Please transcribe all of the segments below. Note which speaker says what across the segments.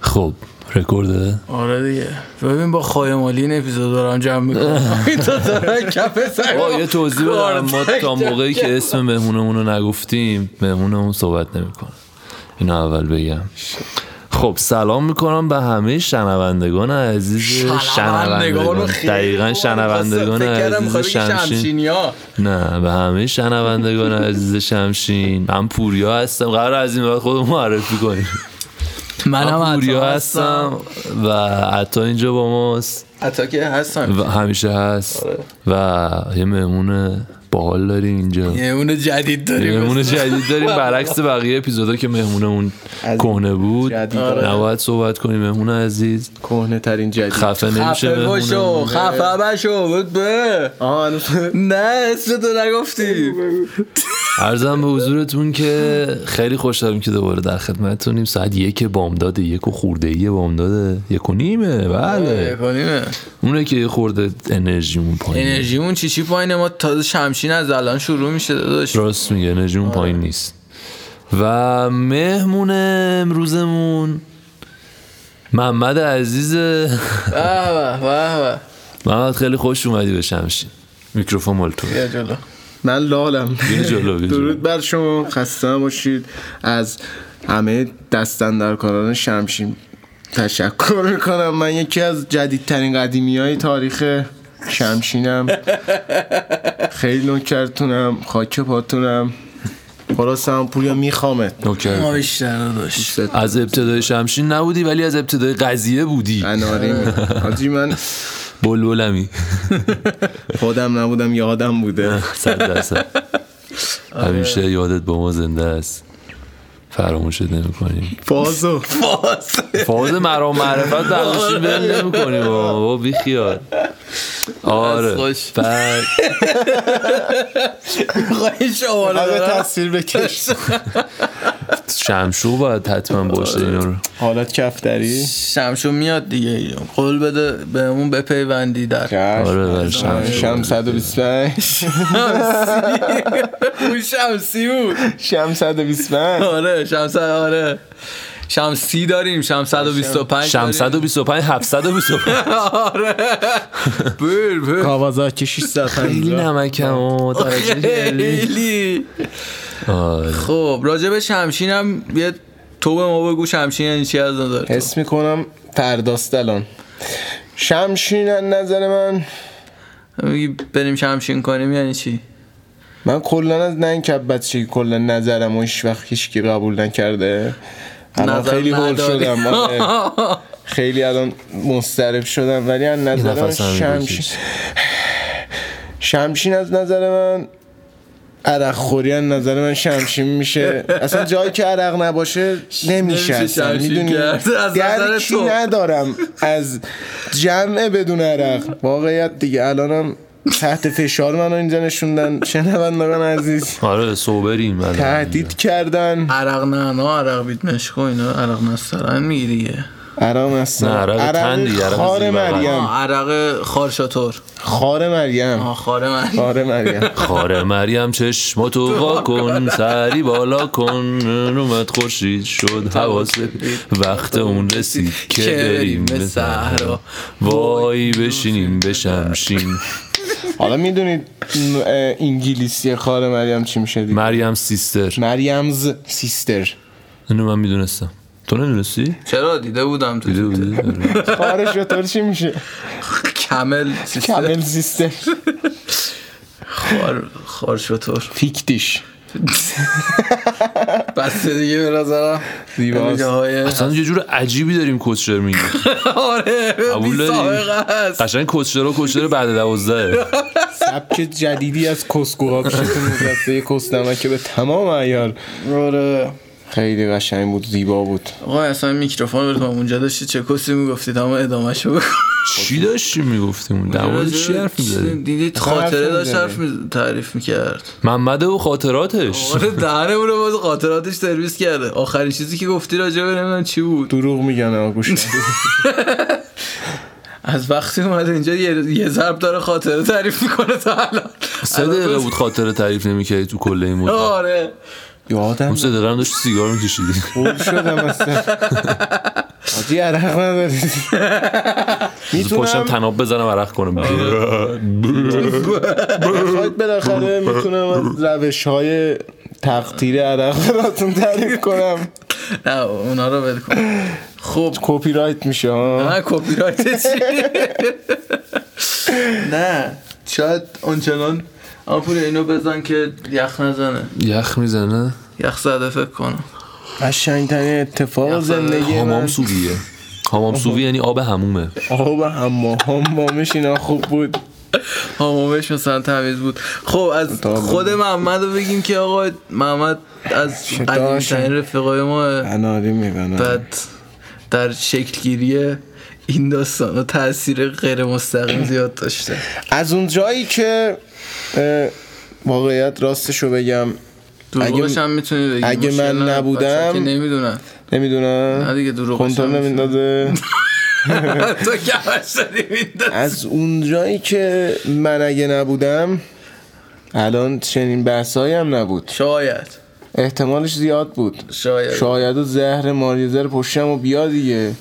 Speaker 1: خب رکورد
Speaker 2: آره دیگه ببین با خایمالی این اپیزود دارم جمع میکنم این تو دارن کف سر
Speaker 1: یه توضیح بدم ما تا موقعی که اسم مهمونمون رو نگفتیم مهمونمون صحبت نمیکنه اینو اول بگم خب سلام میکنم به همه شنوندگان عزیز شنوندگان دقیقا شنوندگان عزیز شمشین نه به همه شنوندگان عزیز شمشین من پوریا هستم قرار از این بعد خودمون معرفی کنیم
Speaker 2: منم
Speaker 1: من پوریا
Speaker 2: عطا
Speaker 1: هستم و عطا اینجا با ماست
Speaker 2: عطا که هستم
Speaker 1: و همیشه هست و یه مهمون باحال داریم اینجا
Speaker 2: یه اون جدید
Speaker 1: یه
Speaker 2: داریم
Speaker 1: مهمون جدید داریم برعکس بقیه اپیزودا که مهمونمون کهنه بود آره.
Speaker 3: جدید.
Speaker 1: نباید صحبت کنیم مهمون عزیز
Speaker 3: کهنه ترین جدید
Speaker 1: خفه نمیشه
Speaker 2: خفه باشو
Speaker 1: مهمونمون
Speaker 2: خفه باشو بود به
Speaker 3: آه هنوز
Speaker 2: نه اسم تو نگفتی
Speaker 1: ارزم به حضورتون که خیلی خوشحالیم که دوباره در خدمتتونیم ساعت یک بامداد یک و خورده ای بامداد یک و نیمه
Speaker 2: آره.
Speaker 1: بله
Speaker 2: کنیم
Speaker 1: اونه که یه خورده انرژیمون پایین
Speaker 2: انرژیمون چی چی پایینه ما تازه شمشین از الان شروع میشه داداش
Speaker 1: راست میگه انرژیمون پایین نیست و مهمون امروزمون محمد عزیز
Speaker 2: به به به به.
Speaker 1: محمد خیلی خوش اومدی به شمشین میکروفون مال تو
Speaker 2: بیا جلو
Speaker 3: من لالم
Speaker 1: بیا جلو، بیا جلو.
Speaker 3: درود بر شما خسته نباشید از همه دستن در کاران شمشیم تشکر میکنم من یکی از جدیدترین قدیمی های تاریخ شمشینم خیلی نوکرتونم خاک پاتونم خلاصه هم پوریا میخوامت
Speaker 2: ما
Speaker 1: اوکی.
Speaker 2: بیشتر داداش
Speaker 1: از ابتدای شمشین نبودی ولی از ابتدای قضیه بودی
Speaker 3: آره. اناریم حاجی من
Speaker 1: بلبلمی
Speaker 3: خودم نبودم یادم بوده
Speaker 1: صد درصد همیشه یادت با ما زنده است فراموشت نمی کنیم
Speaker 3: بازو
Speaker 1: فاز مرام معرفت برداشتیم ول نمی کنیم بابا بی خیال آره
Speaker 2: خوش.
Speaker 1: بعد
Speaker 2: خواهی
Speaker 1: آره.
Speaker 2: شما رو
Speaker 3: حالا
Speaker 2: دارم.
Speaker 3: تصویر بکش
Speaker 1: شمشو باید حتما باشه اینا رو
Speaker 3: حالت کفتری
Speaker 2: شمشون میاد دیگه اینجا. قول بده بهمون بپیوندی در
Speaker 1: آره بله شمشو
Speaker 3: شم 125
Speaker 2: اون شمسی بود
Speaker 3: شم 125
Speaker 2: آره شمس آره شمسی داریم شم 125
Speaker 1: شم
Speaker 2: داریم.
Speaker 1: 125 725
Speaker 2: آره بر بر
Speaker 3: کاوازاکی
Speaker 1: خیلی
Speaker 3: 650
Speaker 1: نمکم آه، درجه کلی.
Speaker 2: خیلی
Speaker 1: آره.
Speaker 2: خب راجع به شمشین هم یه تو به ما بگو شمشین یعنی چی از نظر تو؟
Speaker 3: حس میکنم ترداست الان شمشین از نظر من
Speaker 2: میگی بریم شمشین کنیم یعنی چی
Speaker 3: من کلا از نه اینکه بچگی کلا نظرم و هیچ وقت هیچ کی قبول نکرده الان
Speaker 2: نظر
Speaker 3: خیلی هول
Speaker 2: نداری.
Speaker 3: شدم آره. خیلی الان مضطرب شدم ولی از نظر من
Speaker 1: نفس عمیق
Speaker 3: شمشین
Speaker 1: بکش.
Speaker 3: شمشین از نظر من عرق خوری از نظر من شمشین میشه اصلا جایی که عرق نباشه نمیشه
Speaker 2: نمیشه
Speaker 3: اصلا
Speaker 2: شمشین
Speaker 3: میدونی
Speaker 2: کرد. از نظر
Speaker 3: درکی
Speaker 2: تو.
Speaker 3: ندارم از جمع بدون عرق واقعیت دیگه الانم تحت فشار منو اینجا نشوندن شنوندگان عزیز
Speaker 1: آره سوبریم الان.
Speaker 3: تهدید کردن
Speaker 2: عرق نه نه عرق بیت مشکو اینا عرق نسترن میگی دیگه
Speaker 3: عرام هستن
Speaker 1: نه، عرق تن دیگه، عرق
Speaker 3: خار
Speaker 1: زیر بغل.
Speaker 3: مریم
Speaker 2: آه، عرق خارشاتور
Speaker 3: خار مریم
Speaker 2: آه خاره من
Speaker 3: خار مریم
Speaker 1: خاره مریم چشماتو وا کن سری بالا کن اومد خورشید شد حواس وقت اون رسید که بریم به صحرا وای بشینیم به شمشین
Speaker 3: حالا میدونید م- اه، انگلیسی خار مریم چی میشه دیگه
Speaker 1: مریم سیستر
Speaker 3: مریمز سیستر
Speaker 1: اینو من میدونستم تو نمیدونستی؟
Speaker 2: چرا دیده بودم تو
Speaker 1: دیده بودی؟ آره.
Speaker 3: خارش چطور چی میشه
Speaker 2: کمل
Speaker 3: کامل سیستر
Speaker 2: خار خارشاتور
Speaker 3: فیکتیش
Speaker 2: بس دیگه به نظرم
Speaker 3: زیباست.
Speaker 2: جاهای
Speaker 1: اصلا یه جور عجیبی داریم کوچر میگیم
Speaker 2: آره
Speaker 1: قبول
Speaker 2: بی
Speaker 1: داری؟
Speaker 2: سابقه هست
Speaker 1: قشنگ کوچر و کوچر بعد دوازده
Speaker 3: سبک جدیدی از کسکوها میشه تو مدرسه کسنمکه به تمام عیار
Speaker 2: آره
Speaker 3: خیلی قشنگ بود زیبا بود
Speaker 2: آقا اصلا میکروفون رو تو اونجا داشتی چه کسی میگفتید اما ادامه شو بگو
Speaker 1: چی داشتیم میگفتیم؟ در مورد چی حرف میزدیم؟
Speaker 2: دیدید
Speaker 3: حرف
Speaker 2: خاطره
Speaker 3: می‌زنی.
Speaker 2: داشت حرف می- تعریف میکرد
Speaker 1: محمده و خاطراتش
Speaker 2: آره دهنه رو باز خاطراتش سرویس کرده آخرین چیزی که گفتی راجع به نمیدونم چی بود
Speaker 3: دروغ میگن آقا گوش نده.
Speaker 2: از وقتی اومده اینجا یه, یه ضرب داره خاطره تعریف میکنه تا الان
Speaker 1: سه دقیقه بود خاطره تعریف نمیکردی تو کل این مدت
Speaker 2: آره
Speaker 3: یادم
Speaker 1: اون سه دقیقه هم داشت سیگار میکشیدی
Speaker 3: خول شدم اصلا آجی عرق نداری
Speaker 1: پشتم
Speaker 3: میتونم
Speaker 1: تناب بزنم عرق کنم
Speaker 3: بخواید بالاخره میتونم از روش های تقطیر عرق براتون تعریف کنم
Speaker 2: نه اونا رو ول کن خب
Speaker 3: کپی رایت میشه ها
Speaker 2: من کپی رایت چی؟ نه شاید آنچنان آمپول اینو بزن که یخ نزنه
Speaker 1: یخ میزنه
Speaker 2: یخ زده فکر کنم
Speaker 3: قشنگترین اتفاق زندگی
Speaker 1: حمام
Speaker 3: من
Speaker 1: سوویه حمام سووی یعنی آب همومه
Speaker 3: آب هم همامش اینا خوب بود
Speaker 2: همومش مثلا تمیز بود خب از خود محمد رو بگیم که آقا محمد از قدیمترین رفقای ما
Speaker 3: اناری میبنم
Speaker 2: بعد در شکلگیری این داستان و تاثیر غیر مستقیم زیاد داشته
Speaker 3: از اون جایی که اه، واقعیت راستشو بگم
Speaker 2: دروغش هم میتونی بگی
Speaker 3: اگه
Speaker 2: مشکل
Speaker 3: من
Speaker 2: نداره.
Speaker 3: نبودم-
Speaker 2: بچه‌ها که نمیدونم
Speaker 3: نمیدونم
Speaker 2: نه دیگه دروغش
Speaker 3: کنترل
Speaker 2: نمی‌شه.
Speaker 3: نمیداده
Speaker 2: تو کمش داری میدن
Speaker 3: از اون جایی که من اگه نبودم الان چنین بحثایی هم نبود
Speaker 2: شاید
Speaker 3: احتمالش زیاد بود
Speaker 2: شاید
Speaker 3: شاید و زهر ماریزر پشتم و بیا دیگه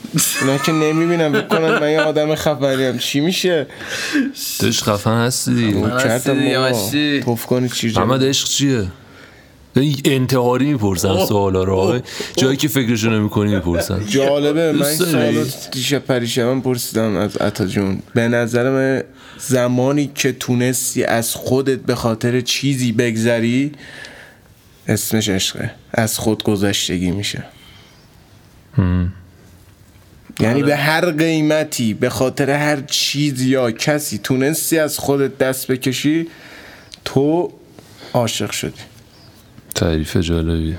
Speaker 3: اونا که نمیبینم بکنن من یه آدم خفنیم چی میشه
Speaker 1: دش خفن هستی دیگه.
Speaker 2: هستی
Speaker 3: کردم
Speaker 2: دیگه،
Speaker 3: بابا.
Speaker 2: ماشی.
Speaker 3: توف کنی چی جا.
Speaker 1: محمد عشق چیه این انتحاری میپرسن سوالا رو آقای. جایی که فکرشو نمیکنی میپرسن
Speaker 3: جالبه من این
Speaker 1: دوست
Speaker 3: سوالو
Speaker 1: داری؟
Speaker 3: دیشب پریشبم پرسیدم از عطا جون به نظر من زمانی که تونستی از خودت به خاطر چیزی بگذری اسمش عشقه از خود گذشتگی میشه
Speaker 2: آره.
Speaker 3: یعنی به هر قیمتی به خاطر هر چیز یا کسی تونستی از خودت دست بکشی تو عاشق شدی
Speaker 1: تعریف جالبیه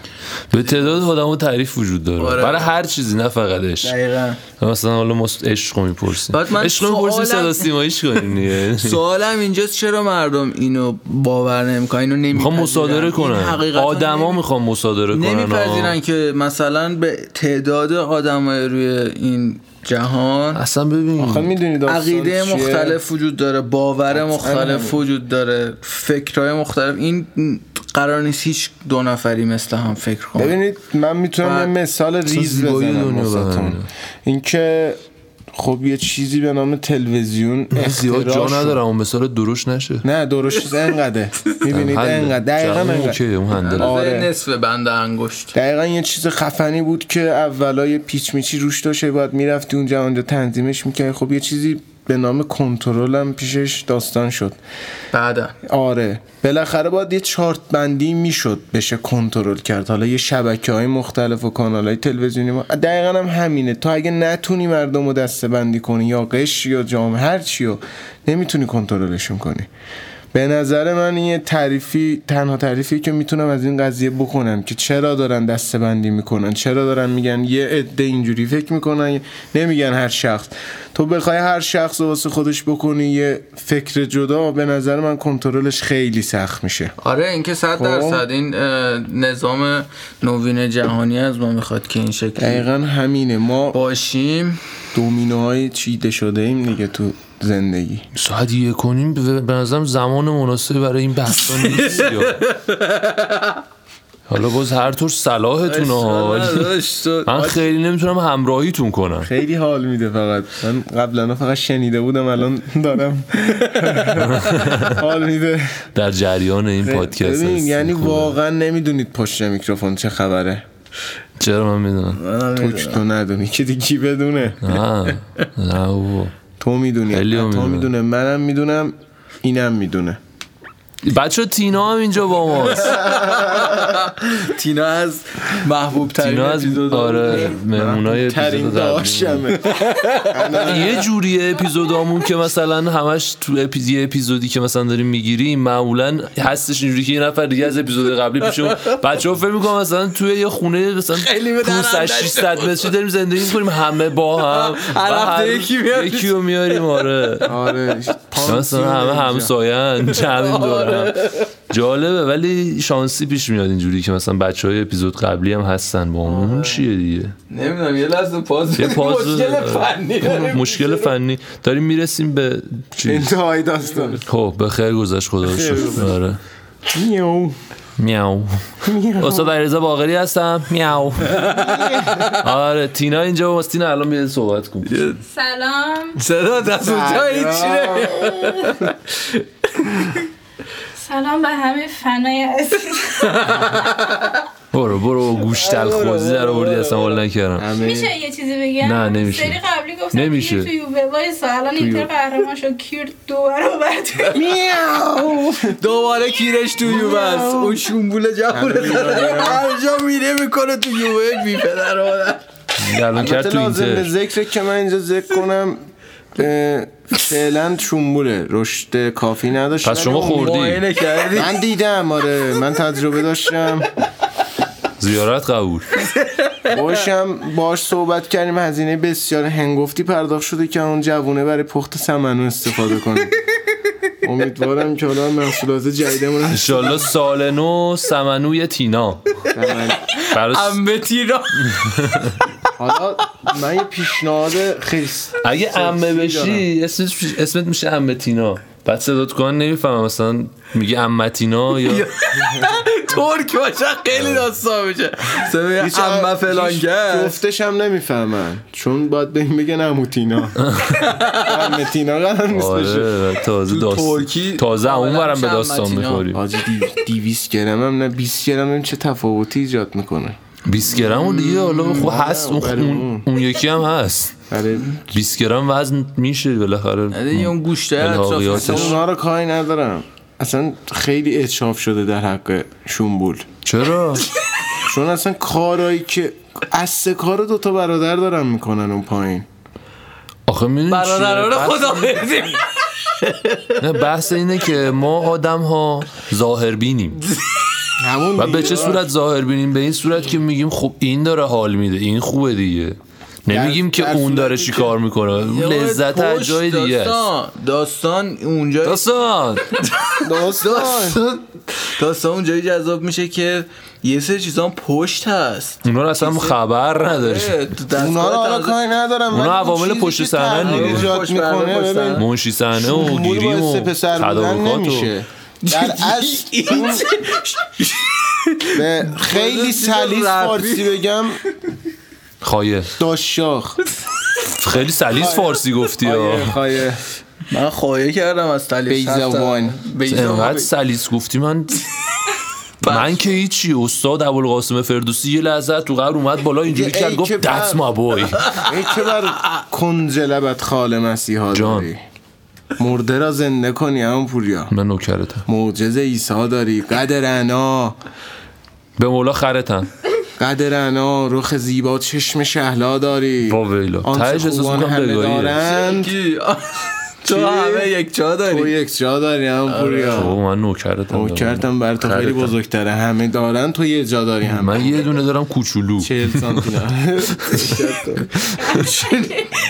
Speaker 1: به تعداد آدم تعریف وجود داره
Speaker 2: آره.
Speaker 1: برای هر چیزی نه فقط عشق
Speaker 2: دقیقا
Speaker 1: مثلا حالا ما عشق رو میپرسیم
Speaker 2: بعد من
Speaker 1: عشق رو میپرسیم
Speaker 2: سوالم-
Speaker 1: صدا سیماییش کنیم دیگه
Speaker 2: سوالم اینجاست چرا مردم اینو باور نمیکنن اینو نمیپذیرن
Speaker 1: میخوام مصادره کنن آدما میخوام مصادره کنن آه.
Speaker 2: نمیپذیرن که مثلا به تعداد آدمای روی این جهان
Speaker 1: اصلا ببین
Speaker 3: خب میدونی داستان
Speaker 2: عقیده
Speaker 3: چیه؟
Speaker 2: مختلف وجود داره باور مختلف وجود داره فکرهای مختلف این قرار نیست هیچ دو نفری مثل هم فکر کنن
Speaker 3: ببینید من میتونم
Speaker 2: و
Speaker 3: یه مثال ریز
Speaker 1: زیبایی
Speaker 3: بزنم
Speaker 1: دنیا به
Speaker 3: واسهتون.
Speaker 1: همینه.
Speaker 3: اینکه خب یه چیزی به نام تلویزیون
Speaker 1: زیاد
Speaker 3: اختراع
Speaker 1: جا
Speaker 3: شد.
Speaker 1: ندارم اون مثال دروش نشه
Speaker 3: نه درشت انقدره میبینید
Speaker 1: حله.
Speaker 3: انقدر دقیقا
Speaker 1: جوون
Speaker 3: انقدر
Speaker 1: اوکیه، اون هندله.
Speaker 3: آره.
Speaker 2: نصف بند انگشت
Speaker 3: دقیقا یه چیز خفنی بود که اولا یه پیچ میچی روش داشته باید میرفتی اونجا اونجا تنظیمش میکردی خب یه چیزی به نام کنترل هم پیشش داستان شد
Speaker 2: بعدا
Speaker 3: آره بالاخره باید یه چارت بندی میشد بشه کنترل کرد حالا یه شبکه های مختلف و کانال های تلویزیونی ما دقیقا هم همینه تو اگه نتونی مردم رو دسته بندی کنی یا قشر یا جام هر چی رو نمیتونی کنترلشون کنی به نظر من این یه تعریفی تنها تعریفی که میتونم از این قضیه بکنم که چرا دارن دسته بندی میکنن چرا دارن میگن یه عده اینجوری فکر میکنن نمیگن هر شخص تو بخوای هر شخص رو واسه خودش بکنی یه فکر جدا به نظر من کنترلش خیلی سخت میشه
Speaker 2: آره اینکه صد درصد این اه، نظام نوین جهانی از ما میخواد که این شکلی
Speaker 3: دقیقا همینه ما
Speaker 2: باشیم
Speaker 3: دومینوهای چیده شده ایم دیگه تو زندگی
Speaker 1: ساعت یک کنیم به نظرم زمان مناسبی برای این بحثا نیست یا. حالا باز هر طور صلاحتون ها ولی من خیلی نمیتونم همراهیتون کنم
Speaker 3: خیلی حال میده فقط من قبلا فقط شنیده بودم الان دارم حال میده
Speaker 1: در جریان این پادکست
Speaker 3: ببین
Speaker 1: هستیم.
Speaker 3: یعنی
Speaker 1: خوبه.
Speaker 3: واقعا نمیدونید پشت میکروفون چه خبره
Speaker 1: چرا من میدونم
Speaker 3: تو که تو ندونی که دیگه بدونه
Speaker 1: نه نه بابا.
Speaker 3: تو میدونی
Speaker 1: خیلی هم
Speaker 3: تو
Speaker 1: می‌دونم.
Speaker 3: میدونه منم میدونم اینم میدونه
Speaker 1: بچه تینا هم اینجا با ماست
Speaker 2: تینا از محبوب ترین
Speaker 1: تینا از آره مهمونای
Speaker 3: ترین
Speaker 1: اپیزود قبلی.
Speaker 3: داشمه
Speaker 1: یه جوریه اپیزودامون که مثلا همش تو اپیز... یه اپیزودی که مثلا داریم میگیریم معمولا هستش اینجوری که یه نفر دیگه از اپیزود قبلی پیشمون بچه‌ها فکر می‌کنن مثلا توی یه خونه مثلا
Speaker 2: خیلی به درم
Speaker 1: 500
Speaker 2: نشته
Speaker 1: 600 متری داریم زندگی می‌کنیم همه با هم
Speaker 2: هر
Speaker 1: و
Speaker 2: هفته یکی میاریم.
Speaker 1: یکی رو میاریم آره
Speaker 3: آره
Speaker 1: مثلا همه همسایه‌ان جمعیم
Speaker 2: آره.
Speaker 1: دور هم جالبه ولی شانسی پیش میاد اینجوری که مثلا بچه های اپیزود قبلی هم هستن با همون.
Speaker 2: آره.
Speaker 1: اون چیه دیگه
Speaker 2: نمیدونم یه لحظه پاز
Speaker 1: یه پاز
Speaker 2: مشکل
Speaker 1: بده.
Speaker 2: فنی داریم.
Speaker 1: مشکل فنی داریم میرسیم به چیز
Speaker 3: انتهای داستان
Speaker 1: خب به خیر گذشت خدا رو شکر. آره
Speaker 3: میو
Speaker 1: میاو استاد علیرضا باقری هستم میاو آره تینا اینجا واسه تینا الان بیا صحبت کن
Speaker 4: سلام
Speaker 2: صدا دست اونجا هیچی نه
Speaker 4: سلام به همه فنای عزیز
Speaker 1: برو برو گوش تلخ بازی در آوردی اصلا حال نکردم
Speaker 4: میشه یه چیزی بگم
Speaker 1: نه، نمیشه.
Speaker 4: سری قبلی گفتم
Speaker 1: نمیشه.
Speaker 4: کیر توی وب وایسا الان اینتر قهرمان شد کیر دو برابر توی-
Speaker 2: دوباره کیرش تو یووه است اون شنبول جمهور هر جا میره میکنه تو یووه بی پدر و مادر
Speaker 1: الان کرد
Speaker 3: البته
Speaker 1: تو
Speaker 3: لازم به
Speaker 1: اینتر
Speaker 3: ذکر که من اینجا ذکر کنم اه، فعلا شنبوله رشد کافی نداشت
Speaker 1: پس شما خوردی
Speaker 2: معاینه کردی
Speaker 3: من دیدم آره من تجربه داشتم
Speaker 1: زیارت قبول
Speaker 3: باشم باش صحبت کردیم هزینه بسیار هنگفتی پرداخت شده که اون جوونه برای پخت سمنو استفاده کنه امیدوارم که حالا محصولات جدیدمون هم
Speaker 1: انشالله سال نو سمنوی تینا
Speaker 3: سمن.
Speaker 1: برای س-
Speaker 2: ام به تیرا
Speaker 3: حالا من یه پیشنهاد خیلی س-
Speaker 1: اگه امه بشی اسمت, اسمت میشه امه تینا بعد صدات کن نمیفهمم مثلا میگه امه تینا یا
Speaker 2: ترک باشه خیلی داستان میشه
Speaker 3: هیچ
Speaker 2: سبه اما فلان
Speaker 3: هیچ
Speaker 2: کرد
Speaker 3: جفتش هم نمیفهمن چون باید به این بگن امو تینا امه تینا قرار نیست بشه
Speaker 1: آره تازه
Speaker 2: تو
Speaker 1: داستان
Speaker 2: ترکی
Speaker 1: تازه اون ورم به
Speaker 2: عملاً
Speaker 1: داستان
Speaker 2: شم متینا.
Speaker 1: میخوری
Speaker 3: حاجی دی- دیویس گرم هم نه 20 گرم هم چه تفاوتی ایجاد میکنه
Speaker 1: 20 گرم و دیگه حالا خب هست اون,
Speaker 3: برای
Speaker 1: اون, اون یکی هم هست
Speaker 3: برای
Speaker 1: 20 گرم وزن میشه بالاخره
Speaker 2: دیگه اون گوشته
Speaker 1: الحاقیاتش.
Speaker 2: اطراف
Speaker 3: اونا رو کاری ندارم اصلا خیلی اتشاف شده در حق شنبول
Speaker 1: چرا
Speaker 3: چون اصلا کارایی که از کار رو دوتا برادر دارن میکنن اون پایین
Speaker 1: آخه میدونی
Speaker 2: برادران خدا بردیم
Speaker 1: نه بحث اینه که ما آدم ها ظاهر بینیم
Speaker 3: همون
Speaker 1: و به چه صورت ظاهر بینیم به این صورت که میگیم خب این داره حال میده این خوبه دیگه نمیگیم
Speaker 3: در-
Speaker 1: که
Speaker 3: در
Speaker 1: اون داره
Speaker 3: صورتی
Speaker 1: چی
Speaker 3: که-
Speaker 1: کار میکنه لذت از جای دیگه است.
Speaker 2: داستان داستان اونجا
Speaker 1: داستان
Speaker 3: داستان
Speaker 2: داستان داستان اونجایی جذاب میشه که یه سری چیزا هم پشت هست
Speaker 1: اونا رو اصلا خبر نداریم
Speaker 2: اه، تو دستگاه
Speaker 3: اونا رو حالا
Speaker 2: تنظیم-
Speaker 3: کاری ندارم
Speaker 1: اونا عوامل پشت صحنه دیگه.
Speaker 3: ایجاد
Speaker 2: پشت پرده،
Speaker 3: میکنه
Speaker 2: پشت
Speaker 3: ببین
Speaker 2: پرده.
Speaker 1: منشی صحنه و
Speaker 3: شنبول
Speaker 1: گیریم
Speaker 3: باعث
Speaker 1: و
Speaker 3: پسر بودن
Speaker 1: تدارکات و
Speaker 3: نمیشه در از به خیلی سلیس
Speaker 2: ربی.
Speaker 3: فارسی بگم
Speaker 1: خایه
Speaker 3: داشاخ
Speaker 1: خیلی سلیس فارسی گفتی ها
Speaker 3: خایه
Speaker 2: من خواهی کردم از تلیش
Speaker 3: بیزوان.
Speaker 1: انقدر سلیس گفتی من من که هیچی استاد ابوالقاسم فردوسی یه لحظه تو قبر اومد بالا اینجوری
Speaker 3: ای
Speaker 1: کرد گفت
Speaker 3: که بر-
Speaker 1: دست ما بوی
Speaker 3: ای که بر کنج لبت خال مسیحا
Speaker 1: جان.
Speaker 3: داری مرده را زنده کنی همون پوریا
Speaker 1: من نوکرتم
Speaker 3: معجز عیسی داری قدر انا
Speaker 1: به مولا خرتم
Speaker 3: قدر انا رخ زیبا چشم شهلا داری
Speaker 1: با ویلا
Speaker 3: آنچه
Speaker 1: تهش احساس
Speaker 3: خوبان
Speaker 1: میکنم
Speaker 3: همه
Speaker 1: بگاهیه
Speaker 3: دارند
Speaker 2: تو همه یک جا
Speaker 3: تو
Speaker 2: داری
Speaker 3: یک جا داری همون
Speaker 1: آره.
Speaker 3: پوریا
Speaker 1: بابا من نوکرتم
Speaker 3: کردم بر تو خیلی
Speaker 1: خریدم.
Speaker 3: بزرگتره همه دارن تو یه جا داری هم
Speaker 1: من یه دونه دارم کوچولو
Speaker 3: چهل سانتی نه.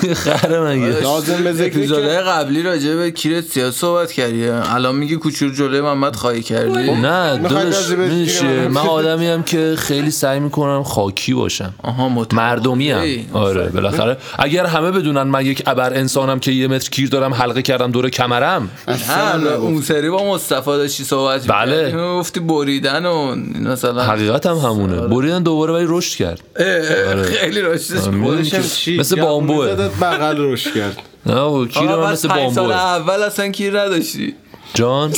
Speaker 1: خره من یه
Speaker 3: لازم به ذکر که-
Speaker 2: اپیزودهای قبلی راجع به کیرت سیاه صحبت کردی الان میگی کوچول جلوی محمد خواهی کردی
Speaker 1: نه
Speaker 3: می‌خوای
Speaker 1: داداش
Speaker 3: راجع بهش دیگه
Speaker 1: میشه
Speaker 3: بریم؟
Speaker 1: من آدمی هم که خیلی سعی میکنم خاکی باشم
Speaker 2: آها مطمئن
Speaker 1: مردمی هم
Speaker 2: ای.
Speaker 1: آره بالاخره اگر همه بدونن من یک ابر انسانم که یه متر کیر دارم حلقه کردم دور کمرم
Speaker 2: هم اون سری با مصطفی داشتی صحبت
Speaker 1: بله.
Speaker 2: می‌کردی. گفتی بریدن و مثلا
Speaker 1: حقیقتم همونه
Speaker 3: آره.
Speaker 1: بریدن دوباره ولی رشد کرد
Speaker 2: اه، خیلی راشتش
Speaker 1: آره، می‌دونی
Speaker 2: خودش
Speaker 1: که-
Speaker 2: هم
Speaker 1: مثل
Speaker 3: گمونه
Speaker 1: بامبوه.
Speaker 3: زدت بغل روش کرد
Speaker 1: نه بابا، کیر
Speaker 2: آقا،
Speaker 1: من
Speaker 2: بعد
Speaker 1: مثل
Speaker 2: پنج سال
Speaker 1: بامبوه
Speaker 2: اول اصلا کیر نداشتی
Speaker 1: جان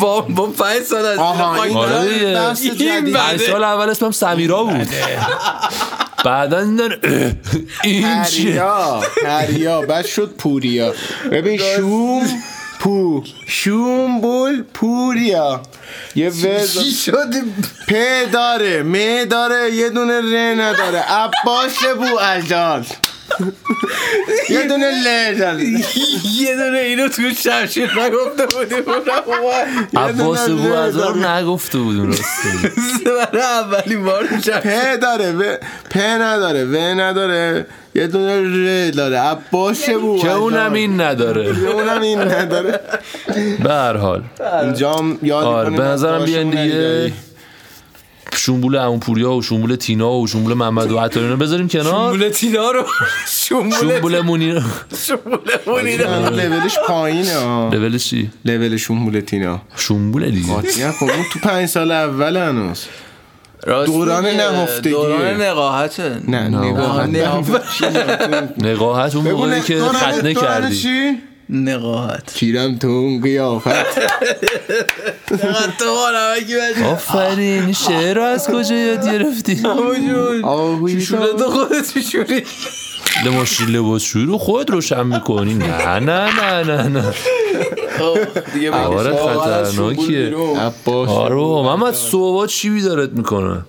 Speaker 2: با با 5 سال از
Speaker 3: آها،
Speaker 2: زیر
Speaker 3: این
Speaker 2: پاک
Speaker 1: آره
Speaker 2: دارم.
Speaker 1: دیگه.
Speaker 3: بحث
Speaker 2: این
Speaker 3: جدید.
Speaker 1: پنج
Speaker 2: بده.
Speaker 1: سال اول اسمم سمیرا بود بعدا این داره، اه، این چیه
Speaker 3: پریا پریا بعد شد پوریا ببین شوم پو شوم بول پوریا یه
Speaker 2: چی
Speaker 3: وز
Speaker 2: شده
Speaker 3: پ داره م داره یه دونه ر نداره عباس بو الجال یه دونه ل داره
Speaker 2: یه دونه اینو تو شمشیر نگفته بودی اونم اومد.
Speaker 1: عباس
Speaker 3: دونه
Speaker 1: بو
Speaker 3: ره
Speaker 1: از
Speaker 3: داره.
Speaker 1: رو نگفته بود اون راستی.
Speaker 2: برای اولین بار تو شمشیر.
Speaker 3: پ داره و پ نداره و نداره یه دونه ر داره عباس بو
Speaker 1: که اونم
Speaker 3: الجال.
Speaker 1: این نداره
Speaker 3: که اونم این نداره
Speaker 1: به هر حال
Speaker 3: اینجا هم یاد
Speaker 1: آره
Speaker 3: کنیم
Speaker 1: به
Speaker 3: از
Speaker 1: نظرم بیاین
Speaker 3: um داشتمون علی دایی.
Speaker 1: دیگه شنبول عمو پوریا و شنبول تینا و شنبول محمد و عطاری رو بذاریم کنار
Speaker 2: شمول تینا رو شمول
Speaker 1: شنبول مونی
Speaker 2: شمول مونینا.
Speaker 3: لولش پایینه آه.
Speaker 1: لولش چی؟
Speaker 3: لولشون مولتینا
Speaker 1: شنبول دیگه
Speaker 3: قاطی خب اون تو پنج سال اول هنوز
Speaker 2: راست
Speaker 3: دوران
Speaker 2: میگه.
Speaker 3: نهفتگیه.
Speaker 2: دوران نقاهته
Speaker 3: نه نگاه
Speaker 2: نقاهت
Speaker 1: نقاهت اون موقعی که ختنه کردی
Speaker 2: نقاهت
Speaker 3: کیرم تو اون قیافت
Speaker 2: چقدر تو بارمکی بچه
Speaker 1: آفرین این شعر رو از کجا یاد گرفتی
Speaker 2: بابا
Speaker 3: آهوی
Speaker 2: جون تو خودت میشونی
Speaker 1: لباسی لباس شویی رو خود روشن میکنی نه نه نه نه نه
Speaker 2: خب، دیگه
Speaker 1: عبارت
Speaker 2: بگیش. آقا، از شمول
Speaker 1: خطرناکیه.
Speaker 3: خب.
Speaker 2: بیرون.
Speaker 3: عباس
Speaker 1: آره بابا، من از صبح چی بیدارت میکنه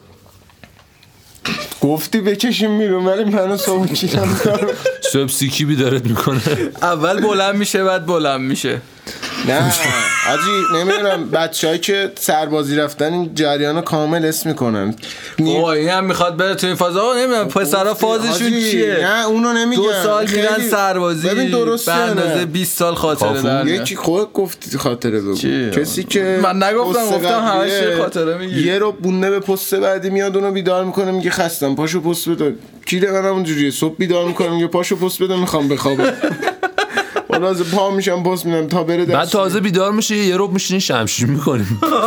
Speaker 3: گفتی بکشیم بیرون ولی منو صبح کیرم دارم.
Speaker 1: صبح سیکی بیدارت میکنه
Speaker 2: اول بلند میشه بعد بلند میشه
Speaker 3: نه آجی نمیدونم بچه‌ای که سربازی رفتن این جریان رو کامل اسم میکنن
Speaker 2: بابا این هم میخواد بره تو این فاز آقا نمیدونم پسرا فازشون
Speaker 3: آجی،
Speaker 2: خب، چیه
Speaker 3: نه اونو نمیگم
Speaker 2: دو سال میرن
Speaker 3: خیلی-
Speaker 2: سربازی
Speaker 3: ببین درست
Speaker 2: به اندازه 20 سال خاطره
Speaker 1: کافون
Speaker 2: دارن
Speaker 3: یکی خود گفتی خاطره بگو
Speaker 2: چیه؟
Speaker 3: کسی که
Speaker 2: من نگفتم،
Speaker 3: پست
Speaker 2: گفتم همش
Speaker 3: قبلیه،
Speaker 2: یه خاطره میگی.
Speaker 3: یه رو بونده به پست بعدی میاد اونو بیدار میکنه میگه خستم پاشو پست بده کیره منم اونجوریه صبح بیدار میکنه میگه پاشو پست بده میخوام بخوابم بالا از پا میشم پست میدم تا بره
Speaker 1: بعد
Speaker 3: دست
Speaker 1: تازه بیدار میشه یه روب میشینی شمشیر میکنیم
Speaker 3: بگیره.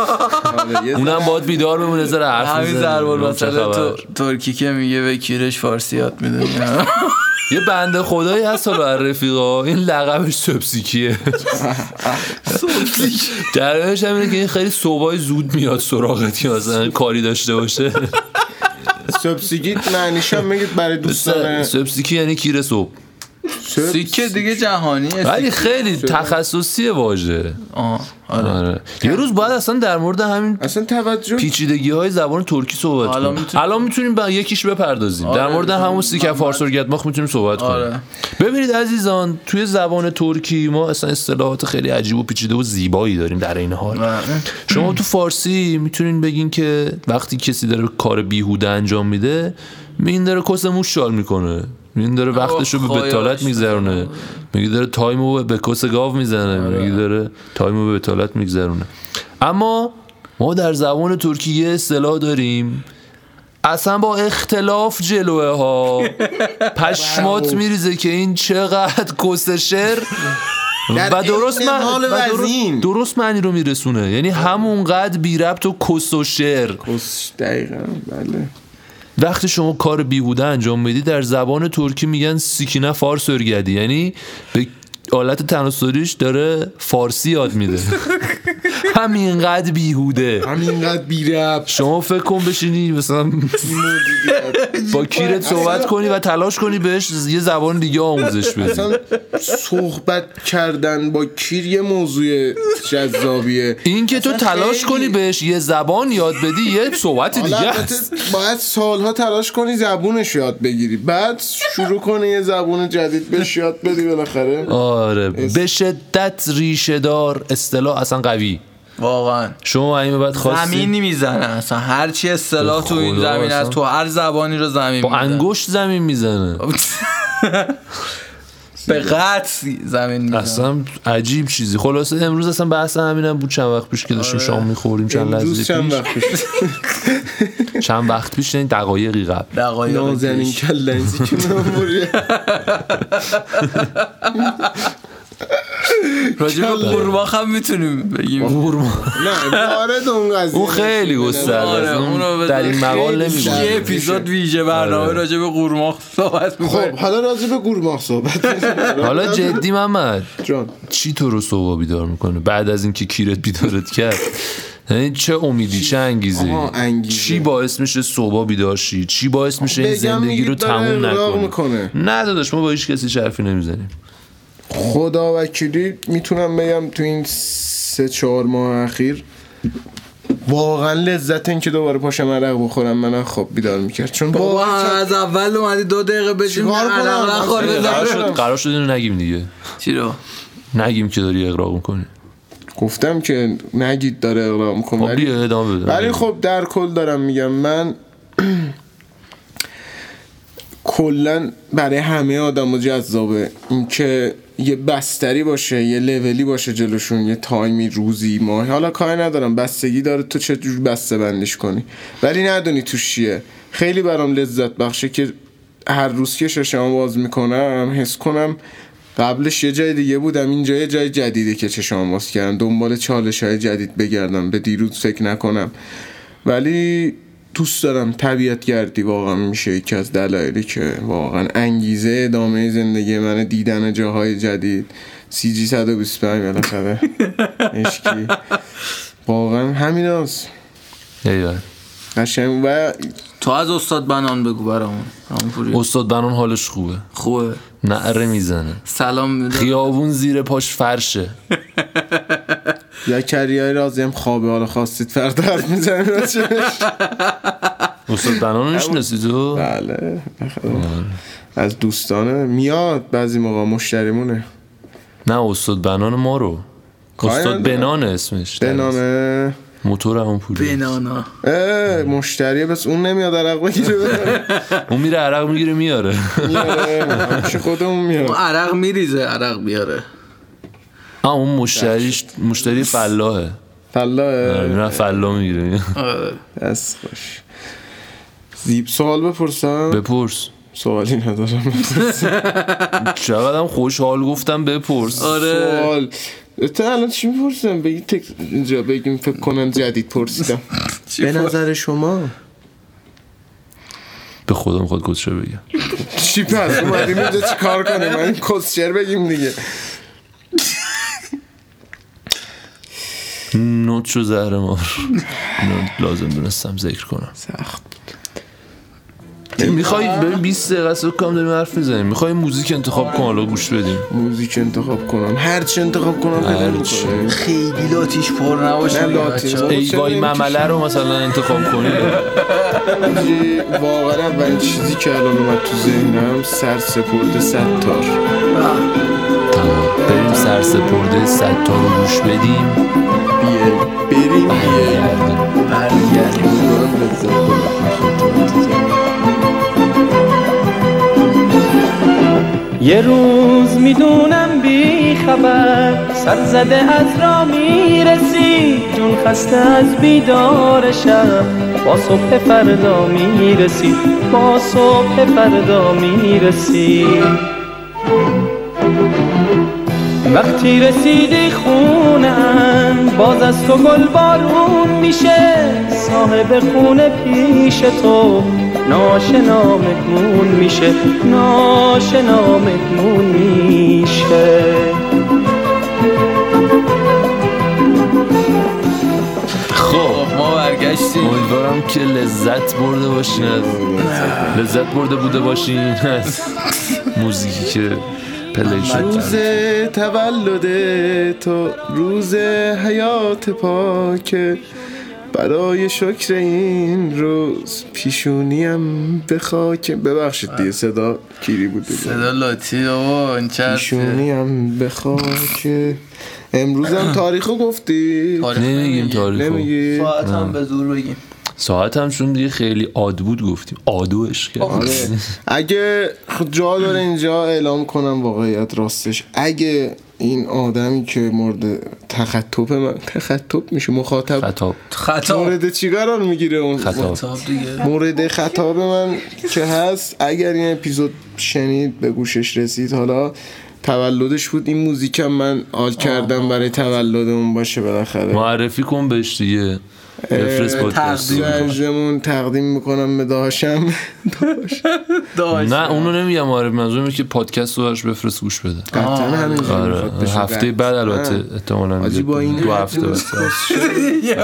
Speaker 3: آره، یه
Speaker 1: اونم باید بیدار بمونه ذره حرف
Speaker 2: همین
Speaker 1: می‌زنه.
Speaker 2: ضربال
Speaker 1: نمی‌دونم چه
Speaker 2: مثلا
Speaker 1: خبر.
Speaker 2: تو ترکی که میگه به کیرش فارسیات میدونی
Speaker 1: یه بنده خدایی هست حالا از رفیقا این لقبش سبسیکیه درمیانش هم اینه که این خیلی صبحای زود میاد سراغت یا مثلا کاری داشته باشه
Speaker 3: سبسیگیت معنیشم میگید برای
Speaker 2: بله.
Speaker 3: دوستان
Speaker 1: سبسیکی یعنی کیر صبح
Speaker 2: سیکه دیگه جهانیه
Speaker 1: ولی خیلی تخصصی واژه
Speaker 2: آه آره
Speaker 1: آره. یه روز باید اصلا در مورد همین
Speaker 3: اصلا توجه
Speaker 1: پیچیدگی های زبان ترکی صحبت
Speaker 2: حالا
Speaker 1: کنیم
Speaker 2: می‌تونیم-
Speaker 1: الان میتونیم به یکیش بپردازیم
Speaker 2: آره،
Speaker 1: در مورد
Speaker 2: می‌تونیم.
Speaker 1: همون سیکه
Speaker 2: من-
Speaker 1: فارس و گتماخ میتونیم صحبت
Speaker 2: آره.
Speaker 1: کنیم ببینید عزیزان توی زبان ترکی ما اصلا اصطلاحات خیلی عجیب و پیچیده و زیبایی داریم در این حال
Speaker 2: بله.
Speaker 1: شما تو فارسی میتونین بگین که وقتی کسی داره کار بیهوده انجام میده میگین داره کس موش شال میکنه میگین داره وقتش رو به
Speaker 2: خدایا
Speaker 1: بتالت
Speaker 2: شما.
Speaker 1: میگذرونه میگه داره تایم رو به کس گاو میزنه میگه داره تایم رو به بتالت میگذرونه اما ما در زبان ترکی یه اصطلاح داریم اصلا با اختلاف جلوه ها پشمات میریزه که این چقدر کس شعر
Speaker 3: در
Speaker 1: و درست
Speaker 3: عین
Speaker 1: من
Speaker 3: حال
Speaker 1: و درست-
Speaker 3: وزین.
Speaker 1: درست معنی رو میرسونه یعنی همونقدر بی ربط و کس و شعر
Speaker 3: کس، دقیقا بله
Speaker 1: وقتی شما کار بیهوده انجام میدی در زبان ترکی میگن سیکینه فارس ارگدی یعنی به آلت تناسلیش داره فارسی یاد میده همینقدر بیهوده
Speaker 3: همینقدر بی ربط
Speaker 1: شما فکر کن بشینی مثلا با کیرت صحبت کنی و تلاش کنی بهش یه زبان دیگه آموزش بدی
Speaker 3: اصلا صحبت کردن با کیر یه موضوع جذابیه
Speaker 1: این که تو تلاش
Speaker 3: خیلی-
Speaker 1: کنی بهش یه زبان یاد بدی یه صحبت
Speaker 3: حالا
Speaker 1: دیگه
Speaker 3: البته
Speaker 1: است
Speaker 3: باید سالها تلاش کنی زبونش یاد بگیری بعد شروع کنی یه زبون جدید بهش یاد بدی بالاخره
Speaker 1: آره به شدت ریشه دار اصطلاح اصلا قوی
Speaker 2: واقعا
Speaker 1: شما این به بعد خواستی
Speaker 2: زمینی میزنه اصلا هر چی اصطلاح تو این
Speaker 1: خدا
Speaker 2: زمین
Speaker 1: اصلا.
Speaker 2: از تو هر زبانی رو زمین
Speaker 1: با
Speaker 2: میزنه.
Speaker 1: انگشت زمین میزنه
Speaker 2: به قطع زمین میزنه
Speaker 1: اصلا عجیب چیزی خلاصه امروز اصلا بحث همینم بود چند وقت پیش که داشتیم شام میخوریم چند
Speaker 3: آره. امروز
Speaker 1: لحظه پیش
Speaker 3: چند وقت پیش
Speaker 1: چند وقت پیش یعنی دقایقی قبل
Speaker 2: دقایق
Speaker 3: نازنین
Speaker 2: پیش.
Speaker 3: کلنزی که نموری
Speaker 2: راجع به قورباخ هم میتونیم بگیم
Speaker 3: نه وارد اون قضیه
Speaker 1: اون خیلی
Speaker 3: نشدی.
Speaker 1: گسترده
Speaker 2: آره،
Speaker 1: است. اون
Speaker 2: اونو بذار.
Speaker 1: در این مقال
Speaker 3: خیلی
Speaker 1: نمیگه
Speaker 2: یه اپیزود ویژه
Speaker 1: آره.
Speaker 2: برنامه راجع به قورباخ صحبت
Speaker 3: خب
Speaker 2: میکنیم
Speaker 3: حالا راجع به گورماخ صحبت کنیم.
Speaker 1: حالا جدی محمد
Speaker 3: جان
Speaker 1: چی تو رو صبح بیدار میکنه بعد از اینکه کیرت بیدارت کرد یعنی چه امیدی چه انگیزه
Speaker 3: آها، انگیزه.
Speaker 1: چی باعث میشه صبح بیدار شی چی باعث میشه این
Speaker 3: بگم
Speaker 1: زندگی
Speaker 3: میگی
Speaker 1: رو
Speaker 3: داره
Speaker 1: تموم
Speaker 3: اغراق
Speaker 1: نکنی
Speaker 3: میکنه.
Speaker 1: نه داداش ما با هیچ کسی حرفی نمیزنیم
Speaker 3: خدا وکیلی میتونم بگم تو این سه چهار ماه اخیر واقعا لذت این که دوباره پاشم عرق بخورم من خب بیدار میکرد چون
Speaker 2: بابا
Speaker 3: واقعاً چند-
Speaker 2: از اول اومدی دو دقیقه بشیم
Speaker 3: چیکار کنم؟
Speaker 2: عرق نخور
Speaker 3: آره،
Speaker 2: بزن.
Speaker 1: قرار
Speaker 3: آره.
Speaker 1: شد قرار شد اینو نگیم دیگه
Speaker 2: چی رو
Speaker 1: نگیم که داری اقراق میکنی
Speaker 3: گفتم که نگید داره اقرام میکنه
Speaker 1: خب
Speaker 3: ولی
Speaker 1: دیگه ادامه بده
Speaker 3: ولی خب در کل دارم میگم من کلا برای همه آدم جذابه اینکه یه بستری باشه یه لولی باشه جلوشون یه تایمی روزی ماهی حالا کاری ندارم بستگی داره تو چه جور بسته بندیش کنی ولی ندونی تو چیه خیلی برام لذت بخشه که هر روز که چشم باز میکنم حس کنم قبلش یه جای دیگه بودم اینجا یه جای جدیده که چشم باز کردم دنبال چالش های جدید بگردم به دیروز فکر نکنم ولی دوست دارم طبیعت گردی واقعا میشه یکی از دلایلی که واقعا انگیزه ادامه زندگی من دیدن جاهای جدید سی جی 125 بالاخره عشقی واقعا همین هست
Speaker 1: ایوه.
Speaker 3: قشنگ و
Speaker 2: تو از استاد بنان بگو برامون همون پوری.
Speaker 1: استاد بنان حالش خوبه
Speaker 2: خوبه
Speaker 1: نعره میزنه
Speaker 2: سلام میدم
Speaker 1: خیابون زیر پاش فرشه
Speaker 3: یا کریای رازی هم خوابه حالا خواستید فردا حرف میزنیم
Speaker 1: استاد بنان میشناسی تو
Speaker 3: بله از دوستانه میاد بعضی موقع مشتریمونه
Speaker 1: نه استاد بنان ما رو
Speaker 3: کاری
Speaker 1: استاد
Speaker 3: نداره.
Speaker 1: بنان اسمش
Speaker 3: به نامه
Speaker 1: موتور همون پولی
Speaker 2: بنانا
Speaker 3: اه، مشتریه بس اون نمیاد عرق بگیره
Speaker 1: اون میره عرق میگیره میاره
Speaker 3: میاره. چه خودمون
Speaker 2: اون
Speaker 3: میاد
Speaker 2: عرق میریزه عرق بیاره
Speaker 1: آه اون مشتریش مشتری فلاحه آره،
Speaker 3: فلا
Speaker 1: نه فلا میگیره
Speaker 2: آره.
Speaker 3: دست خوش زیب سوال بپرسم
Speaker 1: بپرس
Speaker 3: سوالی ندارم
Speaker 1: چقدر خوشحال گفتم بپرس
Speaker 2: آره
Speaker 3: سوال تا الان چی میپرسم بگی تک اینجا بگیم فکر کنم جدید پرسیدم به نظر شما
Speaker 1: به خودم خود گذشته بگم
Speaker 3: چی پس اومدیم اینجا چی کار کنیم من کسچر بگیم دیگه
Speaker 1: نوت شو زهر مار اینو لازم دونستم ذکر کنم
Speaker 3: سخت
Speaker 1: میخوای ببین 20 دقیقه است کام داریم حرف میزنیم میخوای موزیک انتخاب کن حالا گوش بدیم
Speaker 3: موزیک انتخاب کنم هر چی انتخاب کنم پیدا
Speaker 1: هرچی.
Speaker 3: می‌کنم.
Speaker 2: خیلی لاتیش پر نباشه
Speaker 3: نه لاتیش.
Speaker 2: بچه‌ها.
Speaker 1: ای وای ممله رو مثلا انتخاب کنی
Speaker 3: اینجوری واقعا اولین چیزی که الان اومد تو ذهنم سرسپرد ستار
Speaker 1: تمام بریم سرسپرده صد تا رو گوش بدیم
Speaker 3: بیه بریم بیه
Speaker 5: یه روز میدونم بی خبر سر زده از را میرسی چون خسته از بیدار شب با صبح فردا میرسی با صبح فردا میرسی وقتی رسیدی خونم باز از تو گل بارون میشه صاحب خونه پیش تو ناشنا مهمون میشه ناشنا مهمون میشه
Speaker 1: خب
Speaker 2: خب ما برگشتیم
Speaker 1: امیدوارم که لذت برده باشین از لذت برده بوده باشین از موزیکی که پلی
Speaker 3: روز
Speaker 1: شد
Speaker 3: تولد تو روز حیات پاک برای شکر این روز پیشونیم به خاک ببخشید دیگه صدا کیری بود دیگه
Speaker 2: صدا لاتی بابا این چرت
Speaker 3: پیشونیم به خاک امروزم تاریخو گفتی
Speaker 1: آره. نمیگیم تاریخو
Speaker 3: نمیگی
Speaker 2: ساعت هم به زور بگیم
Speaker 1: ساعت هم چون دیگه خیلی عاد بود گفتیم عادوش کرد
Speaker 3: آره. اگه خب جا داره اینجا اعلام کنم واقعیت راستش اگه این آدمی که مورد تخطب من تخطب میشه مخاطب
Speaker 1: خطاب
Speaker 2: خطا
Speaker 3: مورد چیکاران میگیره اون
Speaker 1: خطاب
Speaker 2: خطاب دیگه
Speaker 3: مورد خطاب من که هست اگر این اپیزود شنید به گوشش رسید حالا تولدش بود این موزیکم من آل کردم برای تولدمون باشه بالاخره
Speaker 1: معرفی کن بهش دیگه بفرست پادکست
Speaker 2: تقدیم.
Speaker 3: زجرمون تقدیم میکنم به داشم
Speaker 2: داشت
Speaker 1: نه اونو نمیگم معرفی منظورم که پادکست رو براش بفرست گوش بده
Speaker 3: قطعا همینجوری میخواد
Speaker 1: آره
Speaker 3: بشه.
Speaker 1: هفته بعد البته احتمالاً
Speaker 3: حاجی با این
Speaker 1: دو هفته بعد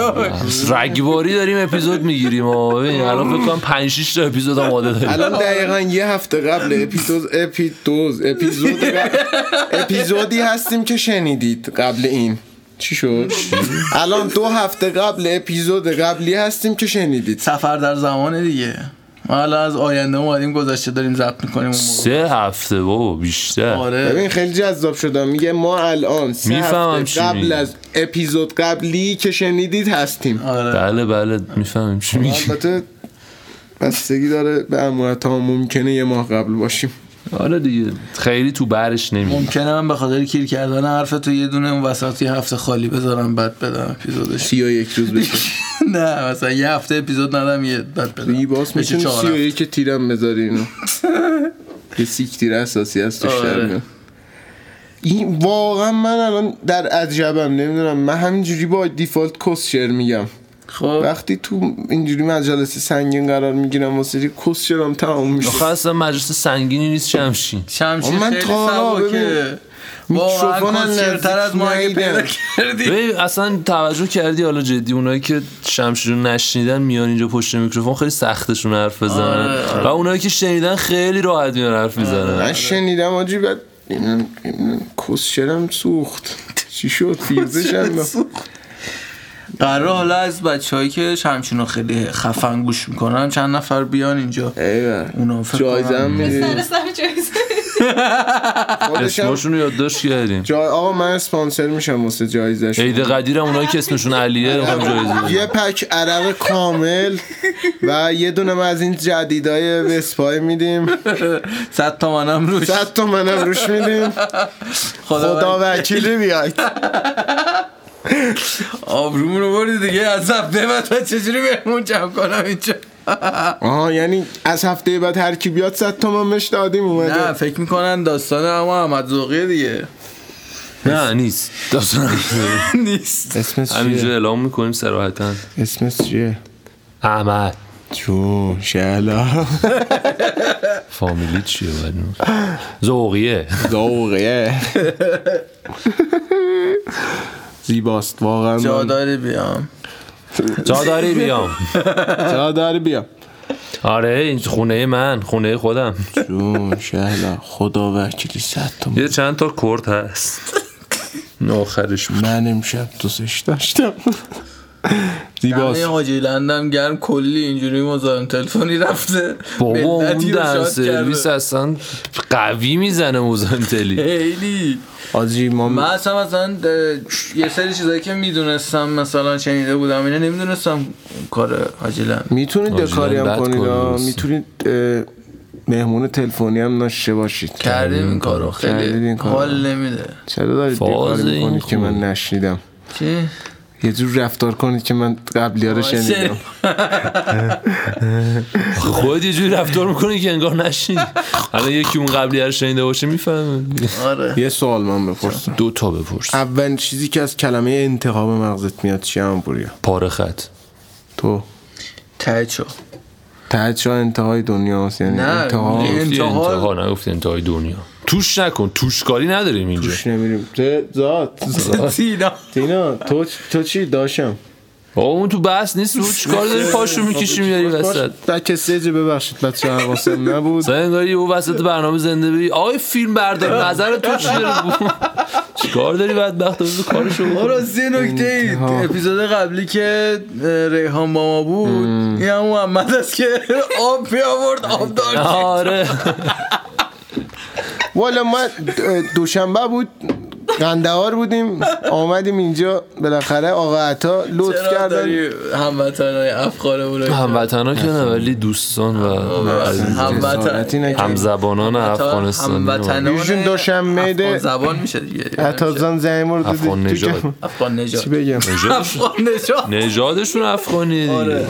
Speaker 1: رگباری داریم اپیزود میگیریم آه. ببین الان فکر کنم 5 6 تا اپیزود هم آماده داریم
Speaker 3: الان دقیقا یه هفته قبل اپیزود اپیدوز اپیزود قبل- اپیزودی هستیم که شنیدید قبل این چی شد؟ الان دو هفته قبل اپیزود قبلی هستیم که شنیدید
Speaker 2: سفر در زمان دیگه ما حالا از آینده اومدیم گذشته داریم ضبط میکنیم اون موقع.
Speaker 1: سه هفته بابا بیشتر
Speaker 2: آره
Speaker 3: ببین خیلی جذاب شدم میگه ما الان سه
Speaker 1: میفهمم
Speaker 3: هفته
Speaker 1: چی
Speaker 3: قبل
Speaker 1: میگی.
Speaker 3: از اپیزود قبلی که شنیدید هستیم
Speaker 2: آره
Speaker 1: بله بله میفهمیم چی میگی
Speaker 3: البته بستگی داره به امورت ها ممکنه یه ماه قبل باشیم
Speaker 1: حالا آره دیگه خیلی تو برش نمیاد
Speaker 2: ممکنه من به خاطر کیر کردن حرف تو یه دونه اون وسطی هفته خالی بذارم بعد بدم اپیزودش
Speaker 3: سی و یک روز بشه
Speaker 2: نه مثلا یه هفته اپیزود ندم یه بعد بدم
Speaker 3: این باس
Speaker 2: بشه
Speaker 3: یعنی میتونی
Speaker 2: چهار
Speaker 3: سی و
Speaker 2: هفته.
Speaker 3: یک تیرم بذاری اینو یه سیک تیر اساسی از توش در
Speaker 2: آره.
Speaker 3: میاد. این واقعا من الان در عجبم نمیدونم من همینجوری با دیفالت کسشر میگم
Speaker 2: خب
Speaker 3: وقتی تو اینجوری مجالس سنگین قرار میگیرم واسه کسشرم تمام میشه
Speaker 1: آخه اصلا مجلس سنگینی نیست شمشین
Speaker 2: شمشیر
Speaker 3: آه، من
Speaker 2: خیلی
Speaker 3: تا حالا
Speaker 2: سبکه
Speaker 3: ببین، میکروفون
Speaker 2: واقعا
Speaker 3: از
Speaker 2: کنسیرتر
Speaker 3: نزدیک
Speaker 2: از ما اگه
Speaker 3: ندیدم.
Speaker 2: پیدا کردی
Speaker 1: ببین اصلا توجه کردی حالا جدی اونایی که شمشیر رو نشنیدن میان اینجا پشت میکروفون خیلی سختشون حرف بزنن
Speaker 2: آره،
Speaker 1: و اونایی که شنیدن خیلی راحت میان حرف میزنن
Speaker 3: من شنیدم آجی بعد اینم- اینم کسشرم سوخت چی شد فیوزش انداخت.
Speaker 2: قرار حالا از بچه هایی که شمشون رو خیلی خفن گوش میکنن چند نفر بیان اینجا
Speaker 3: ایول.
Speaker 2: اونا فکر
Speaker 3: جایزه هم
Speaker 2: کنم.
Speaker 3: میدیم
Speaker 4: سر سر جایزه
Speaker 3: خودشم
Speaker 1: اسمشون رو یادداشت کردیم
Speaker 3: جای آقا من اسپانسر میشم واسه جایزش
Speaker 1: عید قدیرم اونایی که اسمشون علیه هم جایزه بدن.
Speaker 3: یه پک عرق کامل و یه دونه ما از این جدیدای وسپای میدیم
Speaker 2: صد تومنم روش
Speaker 3: صد تا منم روش میدیم خدا وکیلی بیاید
Speaker 2: آبرومون رو بردی دیگه از هفته بعد من چجوری بهمون جمع کنم اینجا
Speaker 3: آها یعنی از هفته بعد هر کی بیاد صد تومن بهش دادیم
Speaker 2: نه
Speaker 3: اومده
Speaker 2: فکر میکنن داستان اما احمد ذوقی دیگه
Speaker 1: نه نیست داستان همینه.
Speaker 2: نیست
Speaker 3: اسمش
Speaker 1: همینجا اعلام میکنیم سراحتا
Speaker 3: اسمش چیه
Speaker 1: احمد
Speaker 3: جو شلا
Speaker 1: فامیلی چیه باید نوشت؟ ذوقیه
Speaker 3: ذوقیه زیباست واقعا
Speaker 2: جا
Speaker 3: من-
Speaker 2: داری بیام
Speaker 1: جا داری بیام
Speaker 3: جا داری بیا
Speaker 1: آره این خونه من خونه خودم
Speaker 3: جون شهلا خدا وکیلی صد تومن
Speaker 1: یه چند تا کرد هست این آخرش بود.
Speaker 3: من امشب دوستش داشتم
Speaker 2: همه
Speaker 3: زیباست
Speaker 2: حاجی لندم گرم کلی اینجوری مزاحم تلفنی رفته
Speaker 1: بابا
Speaker 2: ملتی
Speaker 1: اون
Speaker 2: رو
Speaker 1: در
Speaker 2: شاد
Speaker 1: سرویس
Speaker 2: کرده.
Speaker 1: اصلا قوی میزنه موزم تلی
Speaker 2: خیلی
Speaker 3: آجی ما
Speaker 2: من اصلا مثلا ده- یه سری چیزایی که میدونستم مثلا شنیده بودم اینه نمیدونستم کار حاجی لند
Speaker 3: میتونید یه
Speaker 1: آجیلا
Speaker 3: کاری هم
Speaker 1: بد
Speaker 3: کنید
Speaker 1: کاری
Speaker 3: آه.
Speaker 1: درسته.
Speaker 3: میتونید اه، مهمون تلفنی هم نشه باشید
Speaker 2: کردیم این کارو
Speaker 3: کردید
Speaker 2: خیلی
Speaker 3: این کارو.
Speaker 2: حال نمیده
Speaker 3: چرا دارید یه
Speaker 1: فاز
Speaker 3: کاری
Speaker 1: این
Speaker 3: میکنید که
Speaker 1: خوبه.
Speaker 3: من نشنیدم
Speaker 2: چی؟
Speaker 3: یه جور رفتار کنید که من قبلی ها رو شنیدم
Speaker 1: خود یه جوری رفتار میکنه که انگار نشین الان یکی اون قبلی رو شنیده باشه میفهمه
Speaker 2: آره
Speaker 3: یه سوال من بپرسم
Speaker 1: دو تا بپرس
Speaker 3: اولین چیزی که از کلمه انتخاب مغزت میاد چیه هم پوریا
Speaker 1: پاره خط
Speaker 3: تو
Speaker 2: ته چو
Speaker 3: تحت انتهای دنیا هست یعنی
Speaker 2: نه،
Speaker 3: انتها
Speaker 2: میگه-
Speaker 1: گفتی
Speaker 2: انتها-
Speaker 1: انتها نگفتی انتهای دنیا توش نکن توشکاری نداریم اینجا
Speaker 3: توش نمیریم ته- زاد
Speaker 2: سینا
Speaker 3: تینا تو تو چی داشم
Speaker 1: آقا اون تو بحث نیست رو چیکار داری پاشو میکشی میاری وسط
Speaker 3: در کسیج ببخشید بچه حواسم نبود
Speaker 1: مثلا انگاری او وسط برنامه زنده بری آقای فیلم بردار نظر تو چیه چیکار داری بدبخت بذار کارشو
Speaker 2: ما راست یه نکته ای
Speaker 3: انتها.
Speaker 2: اپیزود قبلی که اه، ریحان با ما بود این هم محمد است که آب بی آورد آب دار
Speaker 1: آره
Speaker 3: والا ما دوشنبه بود قندهار بودیم آمدیم اینجا بالاخره آقا عطا لطف
Speaker 2: چرا
Speaker 3: کردن
Speaker 2: داری هموطن های افغانمون رو
Speaker 1: هموطنا که نه ولی دوستان و
Speaker 3: جسارتی
Speaker 2: هموطن
Speaker 3: نکرد.
Speaker 1: همزبانان افغانستان
Speaker 3: ایشون دوشنبه ده.
Speaker 2: افغان زبان میشه دیگه یعنی
Speaker 3: عطا زن زمین رو دیدی
Speaker 1: افغان آره.
Speaker 3: تو
Speaker 1: نژاد.
Speaker 3: جمع.
Speaker 2: افغان
Speaker 3: چی
Speaker 2: نجات
Speaker 3: بگم
Speaker 2: افغان نجات
Speaker 1: نژادشون افغانیه دیگه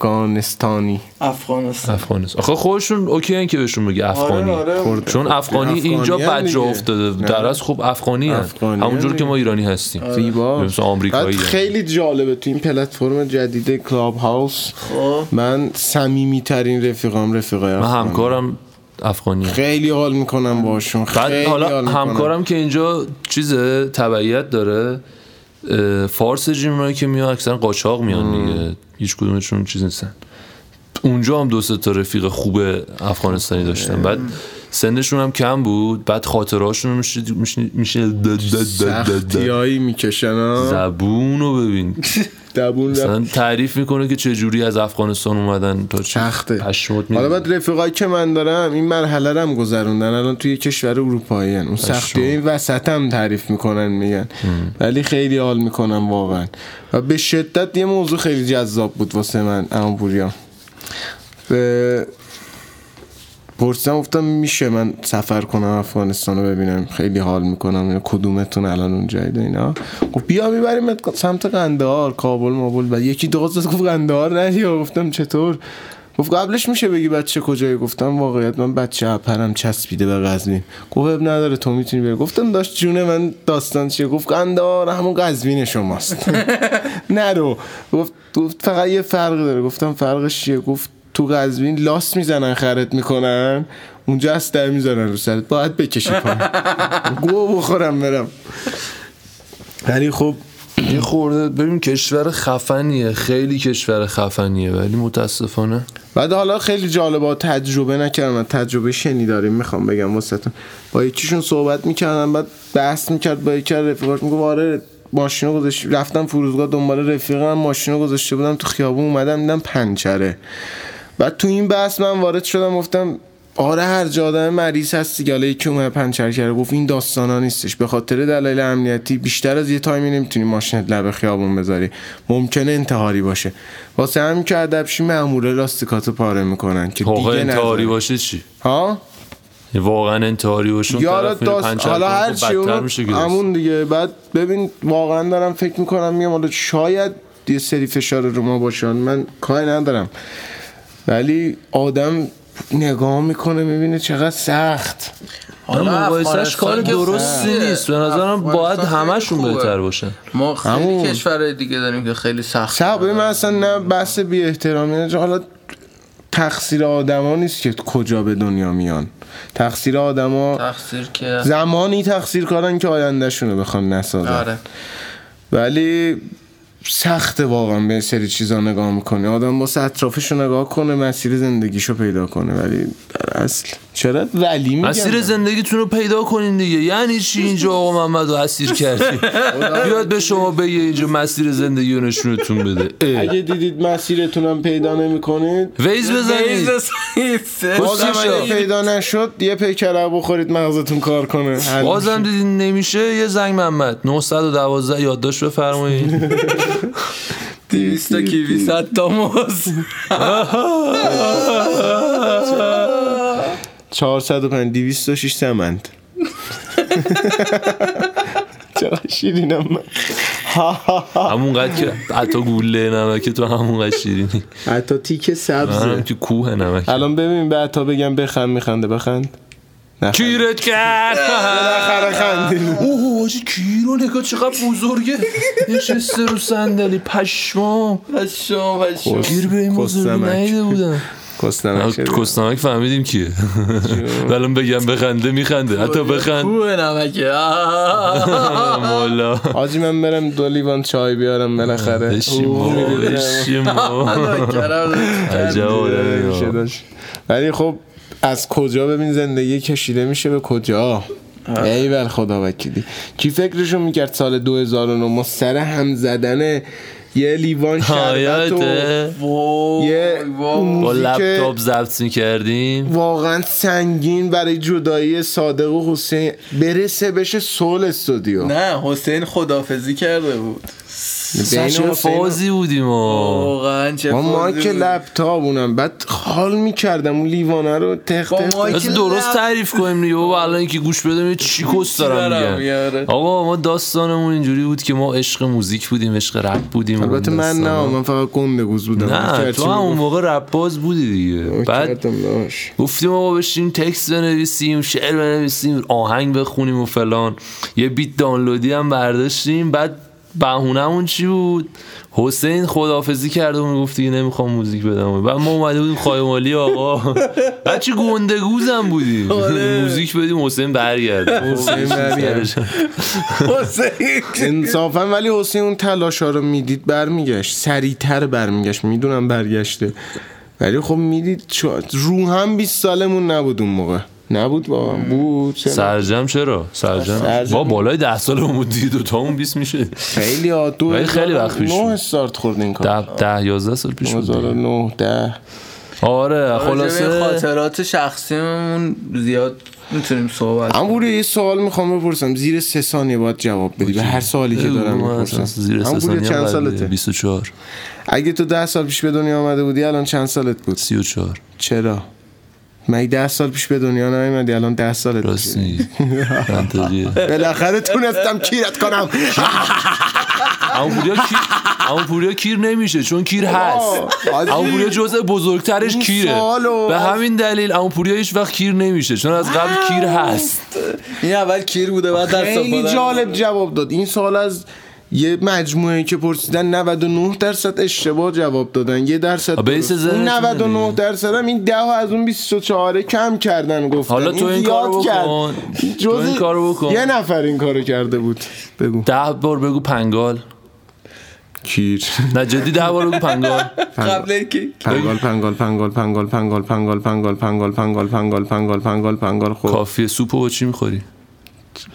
Speaker 3: افغانستانی
Speaker 2: افغانستان
Speaker 1: افغانستان آخه خودشون اوکی که بهشون بگی افغانی
Speaker 3: خورد. خب،
Speaker 1: چون افغانی
Speaker 3: افغانی
Speaker 1: اینجا
Speaker 3: هم
Speaker 1: بد جا
Speaker 3: دیگه.
Speaker 1: افتاده در از خب افغانی هم
Speaker 3: افغانی هم
Speaker 1: همونجور
Speaker 3: دیگه.
Speaker 1: که ما ایرانی هستیم
Speaker 2: آره.
Speaker 3: زیبا
Speaker 1: مثل یعنی آمریکایی
Speaker 3: بعد
Speaker 1: هم.
Speaker 3: خیلی جالبه تو این پلتفرم جدید کلاب هاوس
Speaker 2: خب.
Speaker 3: من صمیمی ترین رفیقام رفیقای
Speaker 1: من
Speaker 3: افغانی.
Speaker 1: همکارم افغانی هم.
Speaker 3: خیلی حال میکنم باشون خیلی
Speaker 1: بعد
Speaker 3: حال
Speaker 1: حالا
Speaker 3: می‌کنم.
Speaker 1: همکارم که اینجا چیزه تبعیت داره اه، فارس جیمرایی که میان اکثرا قاچاق میان دیگه هیچ کدومشون چیز نیستن اونجا هم دو سه تا رفیق خوب افغانستانی داشتن بعد سنشون هم کم بود بعد خاطرهاشون رو میشه میشه
Speaker 3: سختیایی میکشن ها.
Speaker 1: زبون رو ببین
Speaker 3: دبون رفت.
Speaker 1: مثلا تعریف میکنه که چه جوری از افغانستان اومدن تا چه
Speaker 3: سخته.
Speaker 1: پشمات
Speaker 3: حالا
Speaker 1: می‌ریزه.
Speaker 3: بعد رفیقایی که من دارم این مرحله رو هم گذروندن الان توی کشور اروپایی اون سختی این وسط هم تعریف میکنن میگن ولی خیلی حال میکنم واقعا و به شدت یه موضوع خیلی جذاب بود واسه من اما بوریا پرسیدم گفتم میشه من سفر کنم افغانستان رو ببینم خیلی حال میکنم اینا کدومتون الان اونجایید و اینا گفت بیا میبریم سمت قندهار کابل مابل و یکی دو داد گفت قندهار نری گفتم چطور گفت قبلش میشه بگی بچه کجایی گفتم واقعیت من بچه اپرم چسبیده به قزوین گفت اب نداره تو میتونی بری گفتم داشت جونه من داستان چیه گفت قندار همون قزوین شماست نرو گفت گفت فقط یه فرق داره گفتم فرقش چیه گفت تو قزوین لاس میزنن خرت میکنن اونجا از در میزنن رو سرت باید بکشی پایین گو بخورم برم ولی خب
Speaker 1: یه خورده ببین کشور خفنیه خیلی کشور خفنیه ولی متاسفانه
Speaker 3: بعد حالا خیلی جالبه تجربه نکردم تجربه شنی داریم میخوام بگم واسهتون با یکیشون صحبت میکردم بعد بحث میکرد با یکی رفیقاش میگفت آره ماشینو گذاشت رفتم فرودگاه دنبال رفیقم ماشینو گذاشته بودم تو خیابون اومدم دیدم پنچره بعد تو این بحث من وارد شدم گفتم آره هر جا آدم مریض هست دیگه حالا یکی اومد پنچر کرده گفت این داستانا نیستش به خاطر دلایل امنیتی بیشتر از یه تایمی نمیتونی ماشینت لب خیابون بذاری ممکنه انتحاری باشه واسه همین که ادبشی ماموره لاستیکاتو پاره میکنن که
Speaker 1: واقعا
Speaker 3: دیگه
Speaker 1: انتحاری
Speaker 3: نذاری.
Speaker 1: باشه چی
Speaker 3: ها
Speaker 1: واقعا انتحاری باشه اون
Speaker 3: یا حالا
Speaker 1: طرف میره
Speaker 3: داست
Speaker 1: پنچر
Speaker 3: حالا
Speaker 1: کنه،
Speaker 3: هر
Speaker 1: خب
Speaker 3: چی
Speaker 1: بدتر
Speaker 3: اونو-
Speaker 1: میشه که درست.
Speaker 3: همون دیگه بعد ببین واقعا دارم فکر میکنم میگم حالا شاید یه سری فشار رو ما باشن من کاری ندارم ولی آدم نگاه میکنه میبینه چقدر سخت
Speaker 1: نه، مقایسهش آره، کار
Speaker 2: افغانستان که
Speaker 1: درستی
Speaker 2: خوبه.
Speaker 1: نیست به نظرم باید
Speaker 2: افغانستان
Speaker 1: همشون
Speaker 2: خیلی
Speaker 1: بهتر
Speaker 2: خوبه.
Speaker 1: باشن
Speaker 2: ما خیلی
Speaker 3: همون.
Speaker 2: کشورهای دیگه داریم که خیلی سخت
Speaker 3: سخت ببین من اصلا نه بحث بی احترامی نه، حالا تقصیر آدما نیست که کجا به دنیا میان تقصیر آدما
Speaker 2: تقصیر که
Speaker 3: زمانی تقصیر کارن که آیندهشون رو بخوان نسازن
Speaker 2: آره
Speaker 3: ولی سخته واقعا به سری چیزا نگاه میکنه آدم با اطرافش رو نگاه کنه مسیر زندگیشو پیدا کنه ولی در اصل چرا ولی میگم
Speaker 1: مسیر زندگیتون رو پیدا کنین دیگه یعنی چی اینجا آقا محمد رو اسیر کردی بیاد به شما بگه اینجا مسیر زندگی رو نشونتون بده اه.
Speaker 3: اگه دیدید مسیرتونم پیدا نمیکنید
Speaker 1: ویز بزنید
Speaker 3: بازم
Speaker 1: خوشش
Speaker 3: اگه
Speaker 1: آمد.
Speaker 3: پیدا نشد یه پیکره بخورید مغزتون کار کنه حل
Speaker 1: بازم دیدین نمیشه یه زنگ محمد 912 یادداشت بفرمایید
Speaker 2: دیویستا کیوی ست تاموز
Speaker 3: 405 206 سمند چرا شیرینم من
Speaker 1: همونقدر که حتی گوله نمکه تو همونقدر شیرینی
Speaker 3: حتی تیک
Speaker 1: من هم
Speaker 3: سبزه
Speaker 1: که کوه نمک
Speaker 3: الان ببین بعد تا بگم بخند میخنده بخند نخند
Speaker 1: کیرت کرد
Speaker 3: بالاخره خندید
Speaker 1: اوه حاجی کیرو نگاه چقدر بزرگه نشسته رو صندلی پشمام
Speaker 2: پشم پشم
Speaker 1: گیر به این بزرگی
Speaker 3: کستمک.
Speaker 1: نیده بودم
Speaker 3: کستم
Speaker 1: کستانک فهمیدیم کیه الان بگم بخنده میخنده حتی بخند
Speaker 2: کوه نمکه آه.
Speaker 1: مالا
Speaker 3: آجی من برم دو لیوان چای بیارم بالاخره
Speaker 1: بشیم
Speaker 3: آره. اوه،
Speaker 1: بابا،
Speaker 3: می‌دیدم.
Speaker 1: بشیم بابا.
Speaker 2: آه، کرم.
Speaker 1: عجب آدمی بابا.
Speaker 3: میشه داشت. ولی خب از کجا ببین زندگی کشیده میشه به کجا ایول خدا وکیلی کی فکرشو میکرد سال 2009 ما سر هم زدن یه لیوان شربت و
Speaker 1: حیاته
Speaker 2: وای،
Speaker 3: یه
Speaker 2: وای.
Speaker 1: با
Speaker 3: موزیک
Speaker 1: لپتاپ ضبط میکردیم
Speaker 3: واقعا سنگین برای جدایی صادق و حسین برسه بشه سول استودیو
Speaker 2: نه حسین خدافزی کرده بود
Speaker 3: بین
Speaker 1: چه
Speaker 3: حسین و-
Speaker 1: فازی بودیم و
Speaker 2: واقعا چه
Speaker 3: با
Speaker 2: فازی
Speaker 3: مایک
Speaker 2: بود.
Speaker 3: لپتاپ اونم بعد حال میکردم اون لیوانه رو تخت
Speaker 2: با
Speaker 3: تخت
Speaker 2: مایک
Speaker 1: از درست
Speaker 2: لپ-
Speaker 1: تعریف کنیم دیگه بابا الان اینکه گوش بده میگه چی کس
Speaker 2: دارم
Speaker 1: دارم
Speaker 2: میگه، آره.
Speaker 1: میگن آقا ما داستانمون اینجوری بود که ما عشق موزیک بودیم عشق رپ بودیم
Speaker 3: البته
Speaker 1: اون
Speaker 3: من نه
Speaker 1: داستانا.
Speaker 3: من فقط گنده گوز بودم
Speaker 1: نه
Speaker 3: هرچی
Speaker 1: تو هم اون
Speaker 3: می‌گفت
Speaker 1: موقع رپ باز بودی دیگه بعد
Speaker 3: می‌کردم، داداش.
Speaker 1: گفتیم آقا بشیم تکست بنویسیم شعر بنویسیم آهنگ بخونیم و فلان یه بیت دانلودی هم برداشتیم بعد بهونمون چی بود حسین خداحافظی کرد و میگفت دیگه نمیخوام موزیک بدم بعد ما اومده بودیم خایمالی آقا بعد چی گندگوزم بودیم موزیک بدیم حسین برگرد
Speaker 3: آره. حسین برگرد. انصافا ولی حسین اون تلاشا رو میدید برمیگشت سریعتر برمیگشت میدونم برگشته ولی خب میدید چو- رو هم 20 سالمون نبود اون موقع نبود با بود چرا؟
Speaker 1: سرجم چرا سرجم
Speaker 3: سرجم.
Speaker 1: با بالای ده سالمون بود دیگه دوتامون 20 میشه
Speaker 3: خیلی ها دو
Speaker 1: ولی خیلی وقت پیش بود.
Speaker 3: نه استارت خورد این کار
Speaker 1: ده ده یازده سال پیش بود دیگه.
Speaker 3: 2009 ده
Speaker 1: آره
Speaker 2: راجع به
Speaker 1: خلاصه
Speaker 2: خاطرات شخصیمون زیاد میتونیم صحبت
Speaker 3: اما بوری یه سوال میخوام بپرسم زیر سه ثانیه باید جواب بدی به هر سوالی که دارم
Speaker 1: من
Speaker 3: میپرسم
Speaker 1: اصلا زیر سه
Speaker 3: اما بوری
Speaker 1: ثانیه
Speaker 3: چند
Speaker 1: هم قبله.
Speaker 3: سالته
Speaker 1: 24
Speaker 3: اگه تو ده سال پیش به دنیا آمده بودی الان چند سالت بود
Speaker 1: 34
Speaker 3: چرا مگه ده سال پیش به دنیا نیومدی الان ده سالت
Speaker 1: درست
Speaker 3: میشه
Speaker 1: نیست منطقیه
Speaker 3: بالاخره تونستم کیرت کنم
Speaker 1: اما پوریا کیر اما پوریا کیر نمیشه چون کیر هست
Speaker 3: آه،
Speaker 1: اما پوریا جزء بزرگترش
Speaker 3: این
Speaker 1: کیره
Speaker 3: سوالو
Speaker 1: به
Speaker 3: از-
Speaker 1: همین دلیل اما پوریا هیچ وقت کیر نمیشه چون از قبل کیر هست
Speaker 2: این اول کیر بوده بعد در
Speaker 3: خیلی جالب جواب داد این سوال از یه مجموعه که پرسیدن 99 درصد اشتباه جواب دادن یه درصد
Speaker 1: آه، بیس
Speaker 3: درست.
Speaker 1: ذهنشونه
Speaker 3: اون 99
Speaker 1: دیگه.
Speaker 3: درصد هم این 10 از اون 24 کم کردن گفتن
Speaker 1: حالا تو این
Speaker 3: زیاد
Speaker 1: کارو
Speaker 3: کرد.
Speaker 1: بکن تو
Speaker 3: جز
Speaker 1: این کارو بکن
Speaker 3: یه نفر این کارو کرده بود بگو
Speaker 1: ده بار بگو پنگال
Speaker 3: کیر
Speaker 1: نه جدی ده بار بگو پنگال
Speaker 2: قبل که
Speaker 3: پنگال پنگال پنگال پنگال پنگال پنگال پنگال پنگال پنگال پنگال پنگال پنگال پنگال خب
Speaker 1: کافیه سوپو با چی میخوری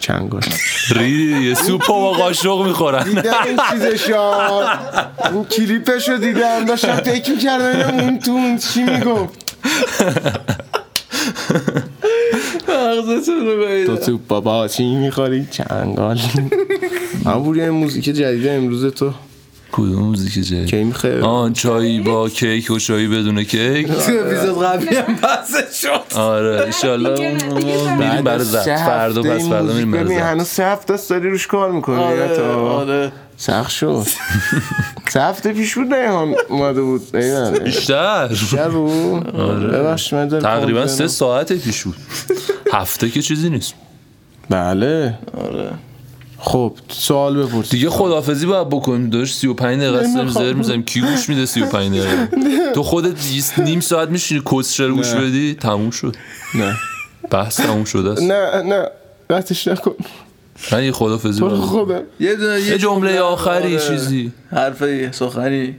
Speaker 3: چنگال
Speaker 1: ریدی یه سوپو با قاشق میخورن
Speaker 3: دیدم این چیزشا اون کلیپشو دیدم داشتم فکر کردم اون تو اون چی میگفت
Speaker 2: مغزتون رو
Speaker 3: تو
Speaker 2: گایید
Speaker 3: تو بابا چی میخوری چنگال همون موزیک جدید امروز تو
Speaker 1: کدوم موزیک جدید
Speaker 3: کی میخوای
Speaker 1: آن چایی با کیک و چایی بدون کیک
Speaker 2: تو اپیزود قبلی هم بحث شد
Speaker 1: آره انشالله
Speaker 4: دیگه نه، دیگه فردا.
Speaker 1: میریم برای زفت فردا پس فردا میریم برای
Speaker 3: ببین
Speaker 1: زفت آره،
Speaker 3: هنوز سه هفته است داری روش کار
Speaker 2: آره،
Speaker 3: میکنی تو سخت شد سه هفته پیش بود ریحان اومده بود ایوان
Speaker 1: بیشتر
Speaker 3: رو ببخش من دارم
Speaker 1: تقریبا
Speaker 3: کنم.
Speaker 1: آره. سه ساعت پیش بود هفته که چیزی نیست
Speaker 3: بله خب سوال بپرس
Speaker 1: آره. دیگه خدافزی باید بکنیم داشت 35 دقیقه است داریم زر میزنیم کی گوش میده 35 دقیقه تو خودت یه نیم ساعت میشینی کسشه رو گوش
Speaker 3: نه.
Speaker 1: بدی تموم شد
Speaker 3: نه
Speaker 1: بحث تموم شده است
Speaker 3: نه نه قطعش نکن
Speaker 1: من یه خدافزی
Speaker 3: برو
Speaker 1: باید بکنم.
Speaker 3: خودم
Speaker 2: یه دونه
Speaker 1: یه جمله آخری
Speaker 2: آره.
Speaker 1: چیزی
Speaker 2: حرفی سخنی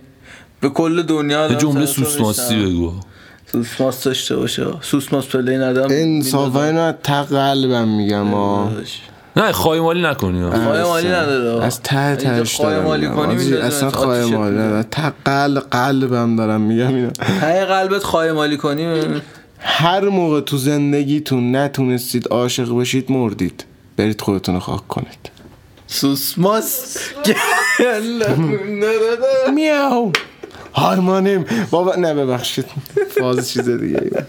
Speaker 2: به کل دنیا
Speaker 1: یه جمله سوسماسی بگو
Speaker 2: سوسماس داشته باشه سوسماس پلی ندم
Speaker 3: انصافا اینو از ته قلبم میگم ها
Speaker 1: نه خایمالی نکنی ها.
Speaker 2: خواهی مالی نداره
Speaker 3: از ته
Speaker 2: اینجا
Speaker 3: تهش
Speaker 2: خواهی
Speaker 3: دارم
Speaker 2: مالی
Speaker 3: میگم.
Speaker 2: کنی
Speaker 3: آجی،
Speaker 2: می‌ندازم
Speaker 3: اصلا
Speaker 2: آتیشت
Speaker 3: خواهی مالی
Speaker 2: می‌کنم.
Speaker 3: نه ته قل قلبم دارم میگم اینا
Speaker 2: ته قلبت خواهی مالی کنی
Speaker 3: هر موقع تو زندگیتون نتونستید عاشق بشید مردید برید خودتون رو خاک کنید
Speaker 2: سوسماس
Speaker 3: میاو هارمونیم بابا نه ببخشید فاز چیز دیگه ایه.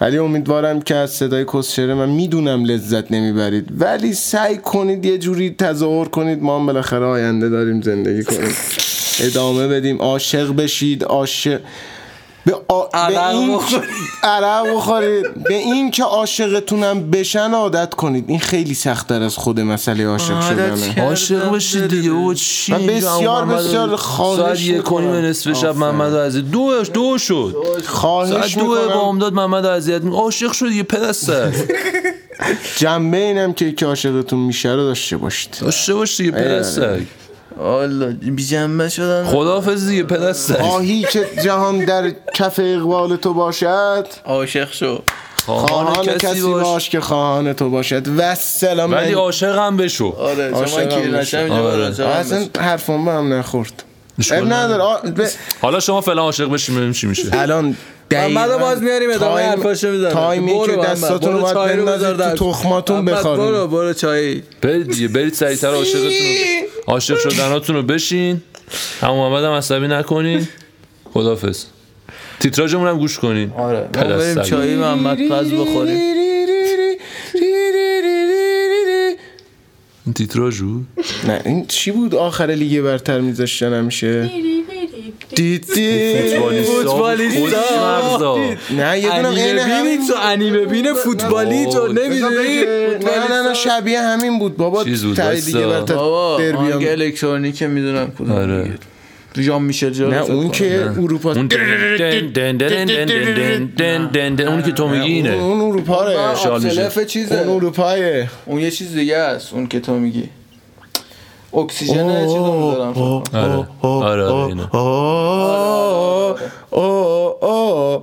Speaker 3: ولی امیدوارم که از صدای کسشره من میدونم لذت نمیبرید ولی سعی کنید یه جوری تظاهر کنید ما هم بالاخره آینده داریم زندگی کنیم ادامه بدیم عاشق بشید عاشق به, آ... به
Speaker 2: عرق
Speaker 3: این
Speaker 2: بخورید.
Speaker 3: عرق بخورید به این که عاشقتونم بشن عادت کنید این خیلی سختتر از خود مسئله عاشق شدنه
Speaker 1: عاشق بشید دیگه و چی
Speaker 3: من
Speaker 1: اینجا
Speaker 3: بسیار-
Speaker 1: محمد
Speaker 3: بسیار خواهش
Speaker 1: ساعت یک
Speaker 3: می‌کنم.
Speaker 1: کنیم نصف شب
Speaker 3: آفرین.
Speaker 1: محمد عزیز دو دو شد ساعت
Speaker 3: خواهش
Speaker 1: دو
Speaker 3: میکنم
Speaker 1: بامداد محمد اذیت می عاشق شد یه پدستر
Speaker 3: جنبه اینم که یکی عاشقتون میشه رو داشته باشید
Speaker 1: داشته باش دیگه
Speaker 3: آره.
Speaker 1: پدستر
Speaker 2: آلا بی جنبه شدن
Speaker 3: خب.
Speaker 1: خداحافظ دیگه پدستر
Speaker 3: آهی که جهان در کف اقبال تو باشد
Speaker 2: عاشق شو
Speaker 3: خواهان کسی باش,
Speaker 1: باش
Speaker 3: که خواهان تو باشد و سلام
Speaker 1: ولی
Speaker 3: من-
Speaker 1: عاشقم بشو
Speaker 2: آره چون من
Speaker 3: عاشقم
Speaker 2: کیر
Speaker 3: بشو.
Speaker 2: نشم اینجا
Speaker 1: آره.
Speaker 2: باید عاشقم
Speaker 3: اصلا حرفم به هم نخورد
Speaker 1: اشکال
Speaker 3: اب نداره آ- ب-
Speaker 1: حالا شما فعلا عاشق بشین ببینیم چی میشه
Speaker 3: الان
Speaker 2: محمد رو باز میاریم ادامه
Speaker 3: تایم-
Speaker 2: حرفاشو میزنه
Speaker 3: تایمی که
Speaker 2: برو محمد،
Speaker 3: دستاتون رو
Speaker 2: برو
Speaker 3: باید
Speaker 2: چای رو
Speaker 3: بندازید
Speaker 2: بذار
Speaker 3: تو
Speaker 2: در-
Speaker 3: تخماتون
Speaker 2: محمد، برو
Speaker 3: بخارید
Speaker 2: برو چای
Speaker 1: برید دیگه برید سریعتر عاشقتون رو- عاشق شدناتون رو بشین هم محمد هم عصبی نکنین خداحافظ تیتراژمون هم گوش کنین آره
Speaker 2: ما بریم چای محمد پز بخوریم
Speaker 1: این تیتراژ بود
Speaker 3: نه این چی بود آخر لیگ برتر میذاشتن همیشه دید دید.
Speaker 1: فوتبالیستا بود،
Speaker 2: فوتبالیستا.
Speaker 1: خودش مغزا.
Speaker 3: نه یه دونم عین
Speaker 2: انیمه
Speaker 3: همین
Speaker 2: بینی تو انیمه بین فوتبالی تو
Speaker 1: آه.
Speaker 2: نمیدونی
Speaker 3: نه نه نه شبیه همین بود بابا
Speaker 1: چیز بود،
Speaker 3: تای
Speaker 1: وایسا.
Speaker 3: دیگه برتر
Speaker 2: بابا
Speaker 3: دربی
Speaker 2: آهنگ
Speaker 3: هم.
Speaker 2: الکترونیک میدونم کدوم
Speaker 1: آره.
Speaker 2: آره جام میشل جا
Speaker 3: نه اون که اروپا
Speaker 1: اون دن دن دن دن دن دن دن دن دن. اونی که تو میگی اینه
Speaker 3: اون اروپا ره
Speaker 1: شال میشه.
Speaker 2: سلف چیزه
Speaker 3: اون اروپایه
Speaker 2: اون یه چیز دیگه است اون که تو میگی اکسیژن چیز رو دارم
Speaker 1: آره آره آره اینه.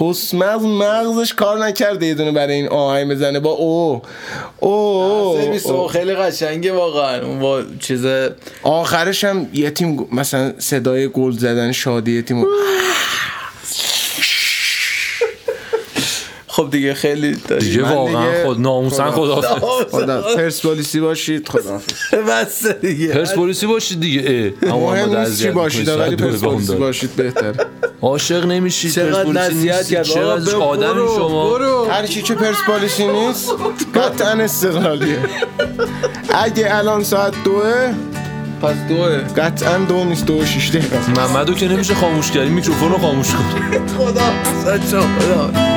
Speaker 3: کسمز مغزش کار نکرده یه دونه برای این آهنگ بزنه با او او
Speaker 2: او
Speaker 3: او.
Speaker 2: خیلی قشنگه واقعا اون با چیز
Speaker 3: آخرش هم یه تیم گ- مثلا صدای گل زدن شادی یه تیم
Speaker 2: خب دیگه خیلی داری
Speaker 1: دیگه
Speaker 3: من دیگه
Speaker 1: واقعا خود ناموسن خدا
Speaker 3: خدا پرسپولیسی باشید خدا خب،
Speaker 2: بس دیگه
Speaker 1: پرسپولیسی باشید دیگه اه. اما
Speaker 3: مهم
Speaker 1: محمد
Speaker 3: نیست چی
Speaker 1: اذیت
Speaker 3: باشید
Speaker 1: می‌کنی.
Speaker 3: ولی
Speaker 1: ساعت دو به هم
Speaker 3: پرسپولیسی
Speaker 1: داد.
Speaker 3: باشید بهتر
Speaker 1: عاشق نمیشید
Speaker 2: چقدر نصیحت کرد آقا
Speaker 1: چقدر
Speaker 2: برو
Speaker 1: آدم
Speaker 2: برو,
Speaker 1: شما
Speaker 2: برو.
Speaker 3: هر کی که پرسپولیسی نیست قطعا استقلالیه اگه الان ساعت دوه
Speaker 2: پس دوه
Speaker 3: قطعا دو نیست دو و شیش دقیقه است.
Speaker 1: محمدو که نمیشه خاموش کرد این میکروفون رو خاموش کن
Speaker 2: خدا بسد شما خدا